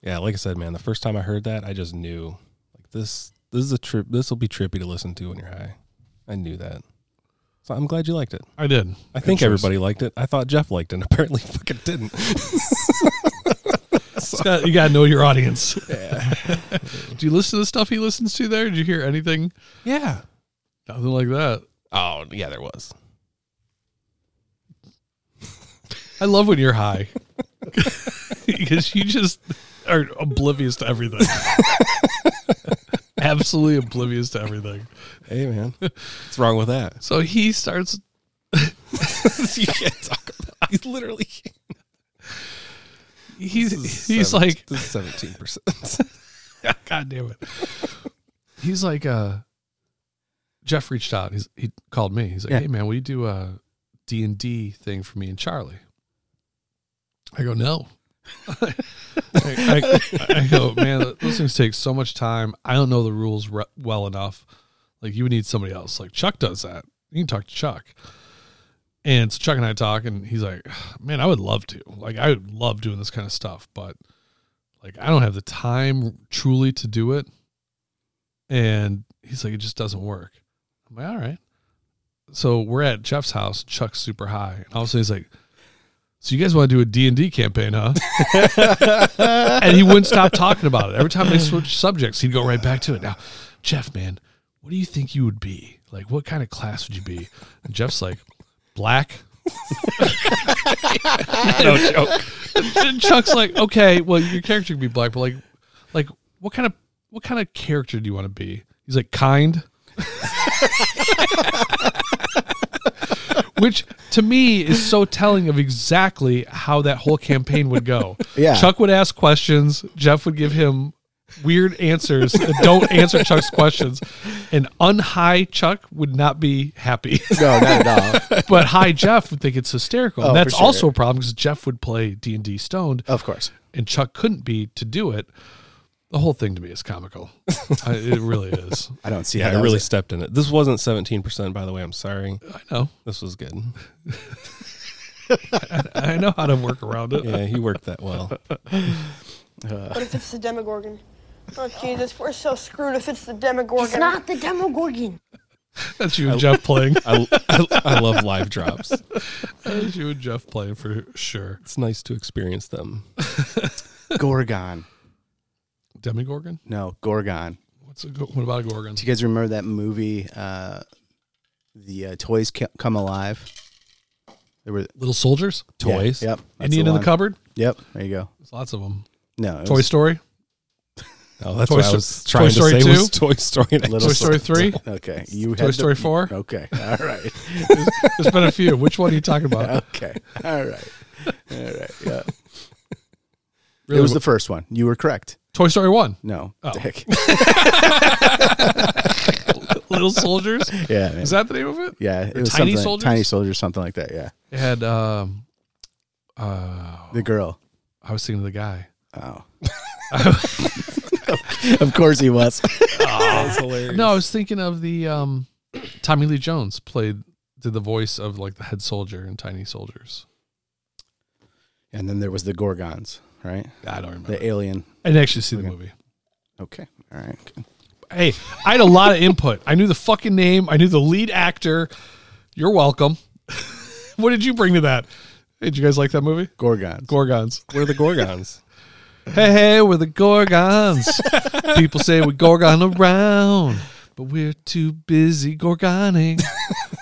yeah, like I said, man, the first time I heard that, I just knew like this. This is a trip. This will be trippy to listen to when you're high. I knew that. So I'm glad you liked it. I did. I think everybody liked it. I thought Jeff liked it. and Apparently, fucking didn't. Scott, you gotta know your audience. Do you listen to the stuff he listens to there? Did you hear anything? yeah. Nothing like that. Oh yeah, there was. I love when you're high because you just are oblivious to everything. Absolutely oblivious to everything. Hey man, what's wrong with that? So he starts you can't talk about. He's literally. he's he's like seventeen percent. God damn it. He's like, uh, Jeff reached out. He's, he called me. He's like, Yeah. Hey man, will you do a D and D thing for me and Charlie? I go, no. I, I- I go, man, those things take so much time. I don't know the rules re- well enough. Like you would need somebody else. Like Chuck does that. You can talk to Chuck. And so Chuck and I talk, and he's like, "Man, I would love to. Like, I would love doing this kind of stuff, but like, I don't have the time truly to do it." And he's like, "It just doesn't work." I'm like, "All right." So we're at Jeff's house. Chuck's super high, and all of a sudden he's like, "So you guys want to do a D and D campaign, huh?" and he wouldn't stop talking about it. Every time they switched subjects, he'd go right back to it. Now, Jeff, man, what do you think you would be? Like, what kind of class would you be? And Jeff's like, black. no joke. And Chuck's like, okay, well, your character could be black, but like, like what kind of what kind of character do you want to be? He's like, kind. Which to me is so telling of exactly how that whole campaign would go. Yeah. Chuck would ask questions. Jeff would give him weird answers that don't answer Chuck's questions. And unhigh Chuck would not be happy. No, not at all. but high Jeff would think it's hysterical. Oh, and that's for sure. also a problem because Jeff would play D and D stoned, of course. and Chuck couldn't be to do it. The whole thing to me is comical. I, it really is. I don't see Yeah, how I that really was stepped in it. This wasn't seventeen percent, by the way. I'm sorry. I know. This was good. I know how to work around it. Yeah, he worked that well. What if it's the Demogorgon? Oh, Jesus, we're so screwed if it's the Demogorgon. It's not the Demogorgon. That's you and Jeff playing. I, I, I love live drops. That's you and Jeff playing for sure. It's nice to experience them. Gorgon. Demigorgon. No, Gorgon. What's a, go- what about a gorgon? Do you guys remember that movie, uh, The uh, Toys Ca- Come Alive? There were Little soldiers. Toys. Yeah, yep. that's Indian in the one. cupboard. Yep. There you go. There's lots of them. No. it Toy was Story. Oh, that's Toy what I Sto- was Toy trying to Story say 2? was Toy Story. and I Little Toy just- Story three. Okay. You Toy had Story four? Okay. All right. There's been a few. Which one are you talking about? okay. All right. All right. Yeah. Really, it was the first one. You were correct. Toy Story one. No. Oh. Dick. Little soldiers. Yeah. man. Is that the name of it? yeah. It was Tiny something. Soldiers? Tiny soldier, something like that. Yeah. It had um uh The girl. I was thinking of the guy. Oh. of course he was. That's hilarious. No, I was thinking of the um Tommy Lee Jones played did the voice of like the head soldier in Tiny Soldiers. And then there was the Gorgons, right? I don't remember. The alien. I didn't actually see the movie. Okay. All right. Hey, I had a lot of input. I knew the fucking name. I knew the lead actor. You're welcome. what did you bring to that? Hey, did you guys like that movie? Gorgons. Gorgons. We're the Gorgons. Hey, hey, we're the Gorgons. People say we Gorgon around, but we're too busy Gorgoning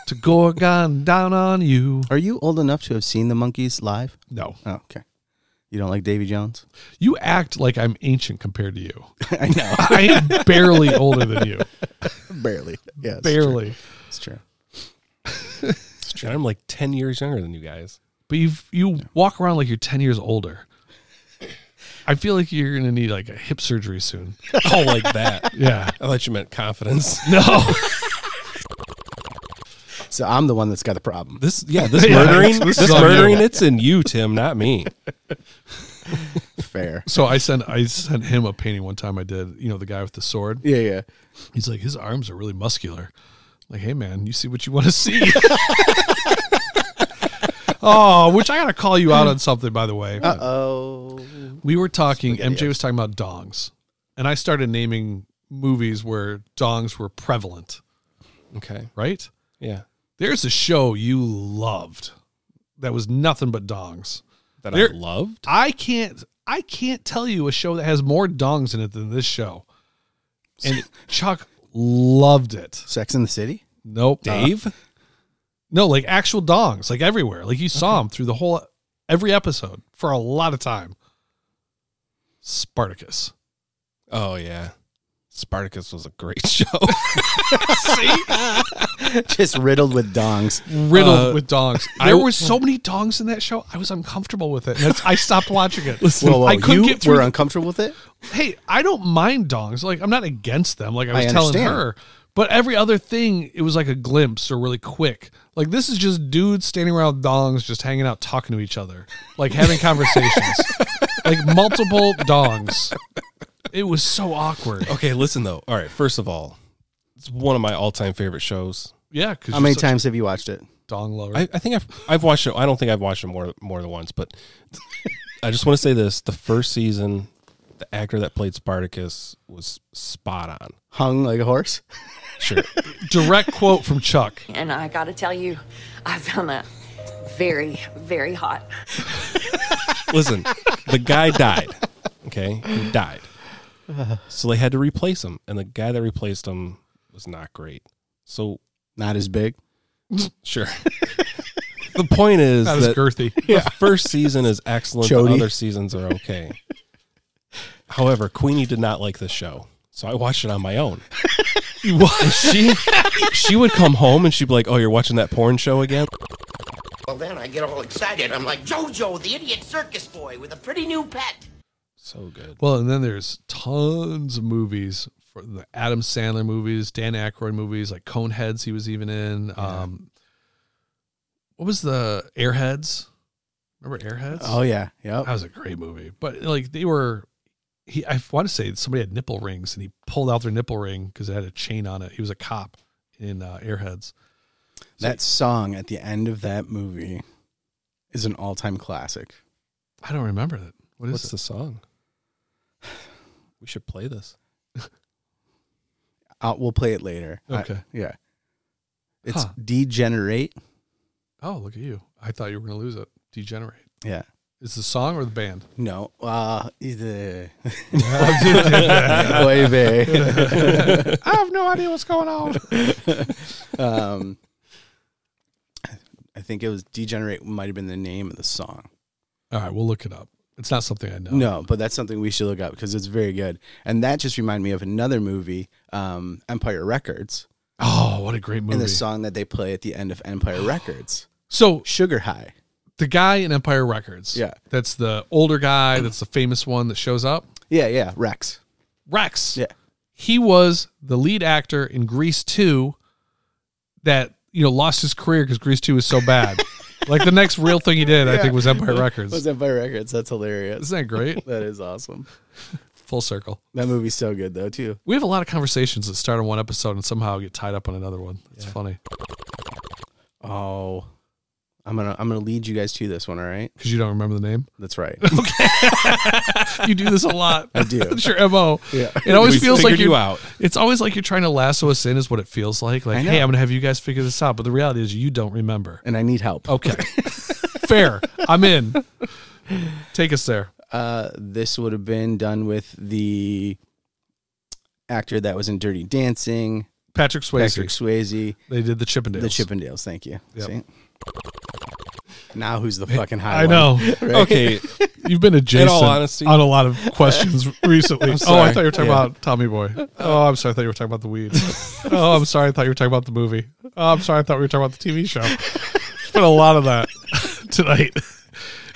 to Gorgon down on you. Are you old enough to have seen the monkeys live? No. Oh, okay. You don't like Davy Jones? You act like I'm ancient compared to you. I know. I am barely older than you. Barely. Yeah. it's true. Barely. It's true. And I'm like 10 years younger than you guys. But you you walk around like you're 10 years older. I feel like you're going to need like a hip surgery soon. Oh, like that. Yeah. I thought you meant confidence. No. So I'm the one that's got the problem. This, yeah, this Yeah, murdering, this this, is on you. murdering, it's in you, Tim, not me. Fair. So I sent I sent him a painting one time I did, you know, the guy with the sword. Yeah, yeah. He's like, his arms are really muscular. Like, hey man, you see what you want to see. oh, which I gotta call you out on something, by the way. Oh. We were talking. MJ was talking about dongs, and I started naming movies where dongs were prevalent. Okay. Right. Yeah. There's a show you loved that was nothing but dongs. That I loved? I can't. I can't tell you a show that has more dongs in it than this show. And Chuck loved it. Sex in the City. Nope. Uh, Dave? no, like actual dongs, like everywhere. Like you saw them through the whole every episode for a lot of time. Spartacus. Oh yeah. Spartacus was a great show. Just riddled with dongs. Riddled with dongs. There were so many dongs in that show. I was uncomfortable with it. And that's- I stopped watching it. Whoa, whoa! I couldn't you get through. were uncomfortable with it. hey, I don't mind dongs. Like I'm not against them. Like I I was telling understand. her. But every other thing, it was like a glimpse or really quick. Like this is just dudes standing around with dongs, just hanging out, talking to each other, like having conversations, like multiple dongs. It was so awkward. okay, listen though. All right, first of all, it's one of my all-time favorite shows. Yeah, because How many times have you watched it? dong lover. I, I think I've I've watched it. I don't think I've watched it more more than once, but I just want to say this: the first season, the actor that played Spartacus was spot on. Hung like a horse. Sure, Direct quote from Chuck. And I gotta tell you, I found that very, very hot. listen, the guy died. Okay, he died. So they had to replace him, and the guy that replaced him was not great. So Not as big. sure. the point is That was that girthy. the first season is excellent. Chody. The other seasons are okay. However, Queenie did not like this show, so I watched it on my own. And she she would come home and she'd be like, "Oh, you're watching that porn show again?" Well, then I get all excited. I'm like JoJo, the idiot circus boy with a pretty new pet. So good. Well, and then there's tons of movies for the Adam Sandler movies, Dan Aykroyd movies, like Coneheads. He was even in. Um, what was the Airheads? Remember Airheads? Oh yeah. that Yep. was a great movie. But like they were, he I want to say somebody had nipple rings and he pulled out their nipple ring because it had a chain on it. He was a cop in uh, Airheads. That song at the end of that movie is an all-time classic. I don't remember that. What is What's it? the song? We should play this. i we'll play it later. I- Okay. yeah. It's Huh. degenerate. Oh, look at you! I thought you were going to lose it. Degenerate. Yeah. Is the song or the band? No. Uh, either. Baby. I have no idea what's going on. um, I think it was degenerate might have been the name of the song. All right, we'll look it up. It's not something I know. No, but that's something we should look up because it's very good. And that just reminded me of another movie, um, Empire Records, Oh, what a great movie! and the song that they play at the end of Empire Records, So Sugar High. the guy in Empire Records, Yeah. Mm-hmm. that's the older guy. That's the famous one that shows up. Yeah, yeah, Rex. Rex. Yeah, he was the lead actor in Grease Two. That you know lost his career because Grease Two was so bad. like the next real thing he did, I think, was Empire it Records. was Empire Records. That's hilarious. Isn't that great? That is awesome. Full circle. That movie's so good though too. We have a lot of conversations that start on one episode and somehow get tied up on another one. It's funny Oh, I'm gonna I'm gonna lead you guys to this one. All right, because you don't remember the name. that's right. You do this a lot. I do. That's your mo. Yeah. It always We feels like figured you're you out. It's always like you're trying to lasso us in, is what it feels like. Like, I know. hey, I'm gonna have you guys figure this out, but the reality is you don't remember. and I need help. Okay, fair. I'm in. Take us there. Uh, this would have been done with the actor that was in Dirty Dancing, Patrick Swayze. Patrick Swayze. They did the Chippendales. The Chippendales. Thank you. Yep. See? Now who's the fucking high? I one? know. Okay, You've been adjacent honesty- on a lot of questions recently. Oh, I sorry. thought you were talking Yeah. about Tommy Boy. Oh, I'm sorry. I thought you were talking about the weed. oh, I'm sorry. I thought you were talking about the movie. Oh, I'm sorry. I thought we were talking about the TV show. There's been a lot of that tonight.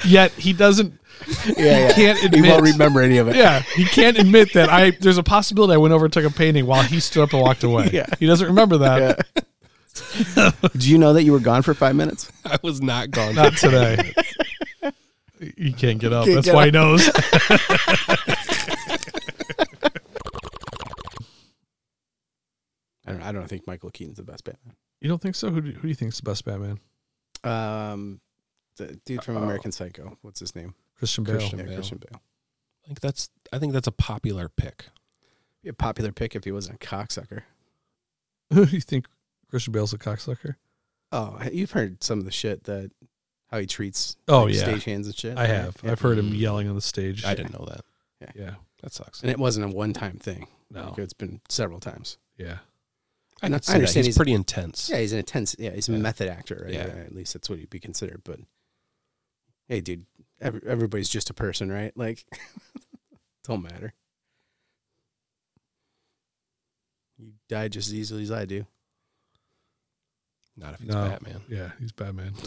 Yet he doesn't. Yeah, yeah. can't He won't admit- remember any of it. Yeah, he can't admit that I. There's a possibility I went over and took a painting while he stood up and walked away. Yeah. He doesn't remember that. Do you know that you were gone for five minutes? I was not gone. Not today. he can't get up. Can't That's get why up. he knows. I don't. I don't think Michael Keaton's the best Batman. You don't think so? Who do, who do you think's the best Batman? Um, the dude from American Psycho. What's his name? Christian Bale. Yeah, Christian Bale. I think that's I think that's a popular pick. Be a popular pick if he wasn't a cocksucker. Who do you think Christian Bale's a cocksucker? Oh, you've heard some of the shit that how he treats Oh like, yeah, stagehands and shit. I have. Yeah. I've heard him yelling on the stage. I didn't know that. Yeah. Yeah, That sucks. And it wasn't a one time thing. No. Like, it's been several times. yeah. I, can And I see that. understand He's he's- pretty intense. Yeah, he's an intense. Yeah, he's a Yeah. method actor. Right? Yeah. At least that's what he'd be considered. But hey, dude, every, everybody's just a person, right? Like, don't matter. You die just as easily as I do. Not if he's No. Batman. Yeah, he's Batman.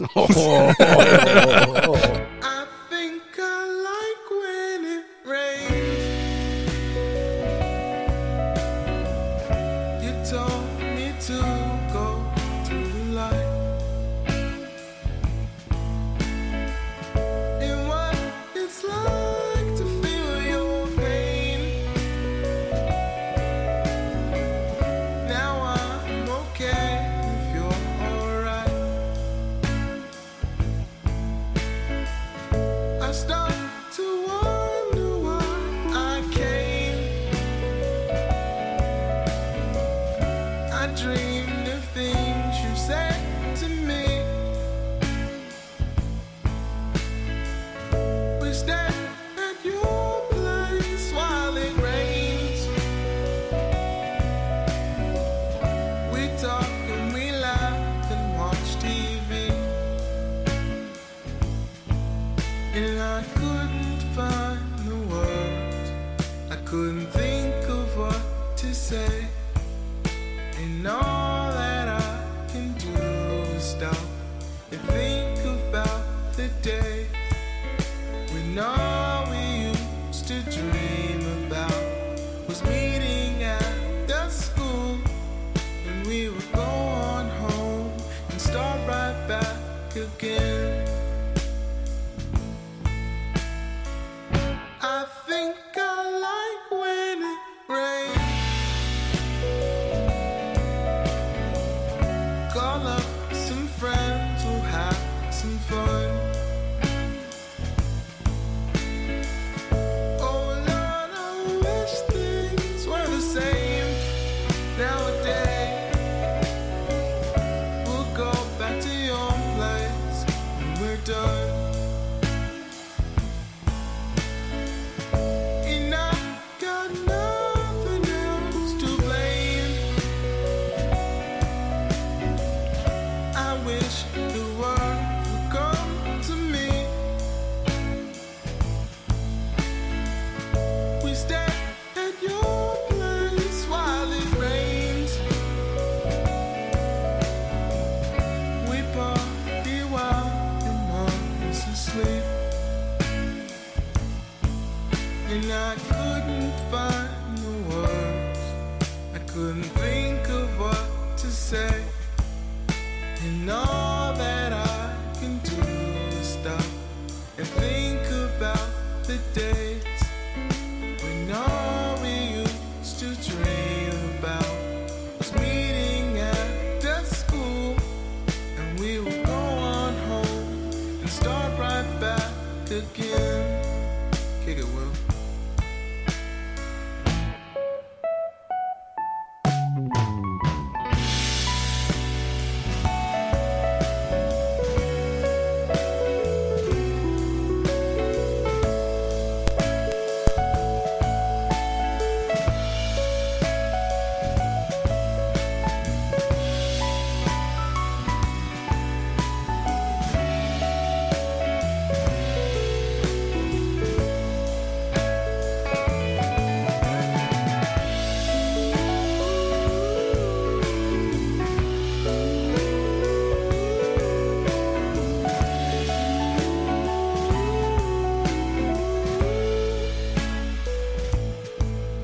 I think I like when it rains. You told me to go to the light. And what it's like to feel your pain. Now I'm okay if you're alright. I start to wonder why I came. I dreamed of things you said to me. We stand at your place while it rains. We talk and we laugh and watch TV. And I couldn't find the words. I couldn't think of what to say. And all that I can do is stop and think about the day when all we used to dream about was meeting at the school. And we would go on home and start right back again. I think I like when it rains. Call up some friends, we'll have some fun. Oh Lord, I wish things were the same nowadays. We'll go back to your place when we're done. And I got nothing else to blame. I wish the world would come to me. We stay at your place while it rains. We party while the mom is asleep. And I couldn't find the words. I couldn't think of what to say. And all that I can do is stop and think about the days when all we used to dream about was meeting at the school. And we would go on home and start right back again. Kick it, Will.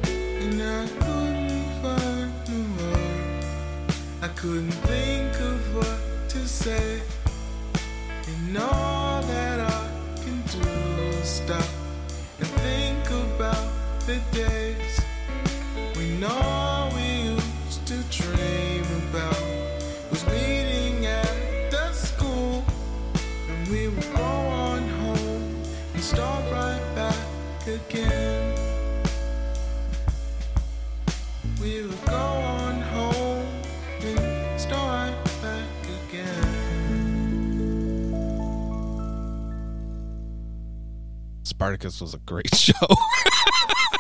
And I couldn't find the words. I couldn't think of what to say. And all that I can do is stop and think about the days when all we used to dream about was meeting at the school. And we would go on home and start right back again. we'll go on home and start back again. Spartacus was a great show.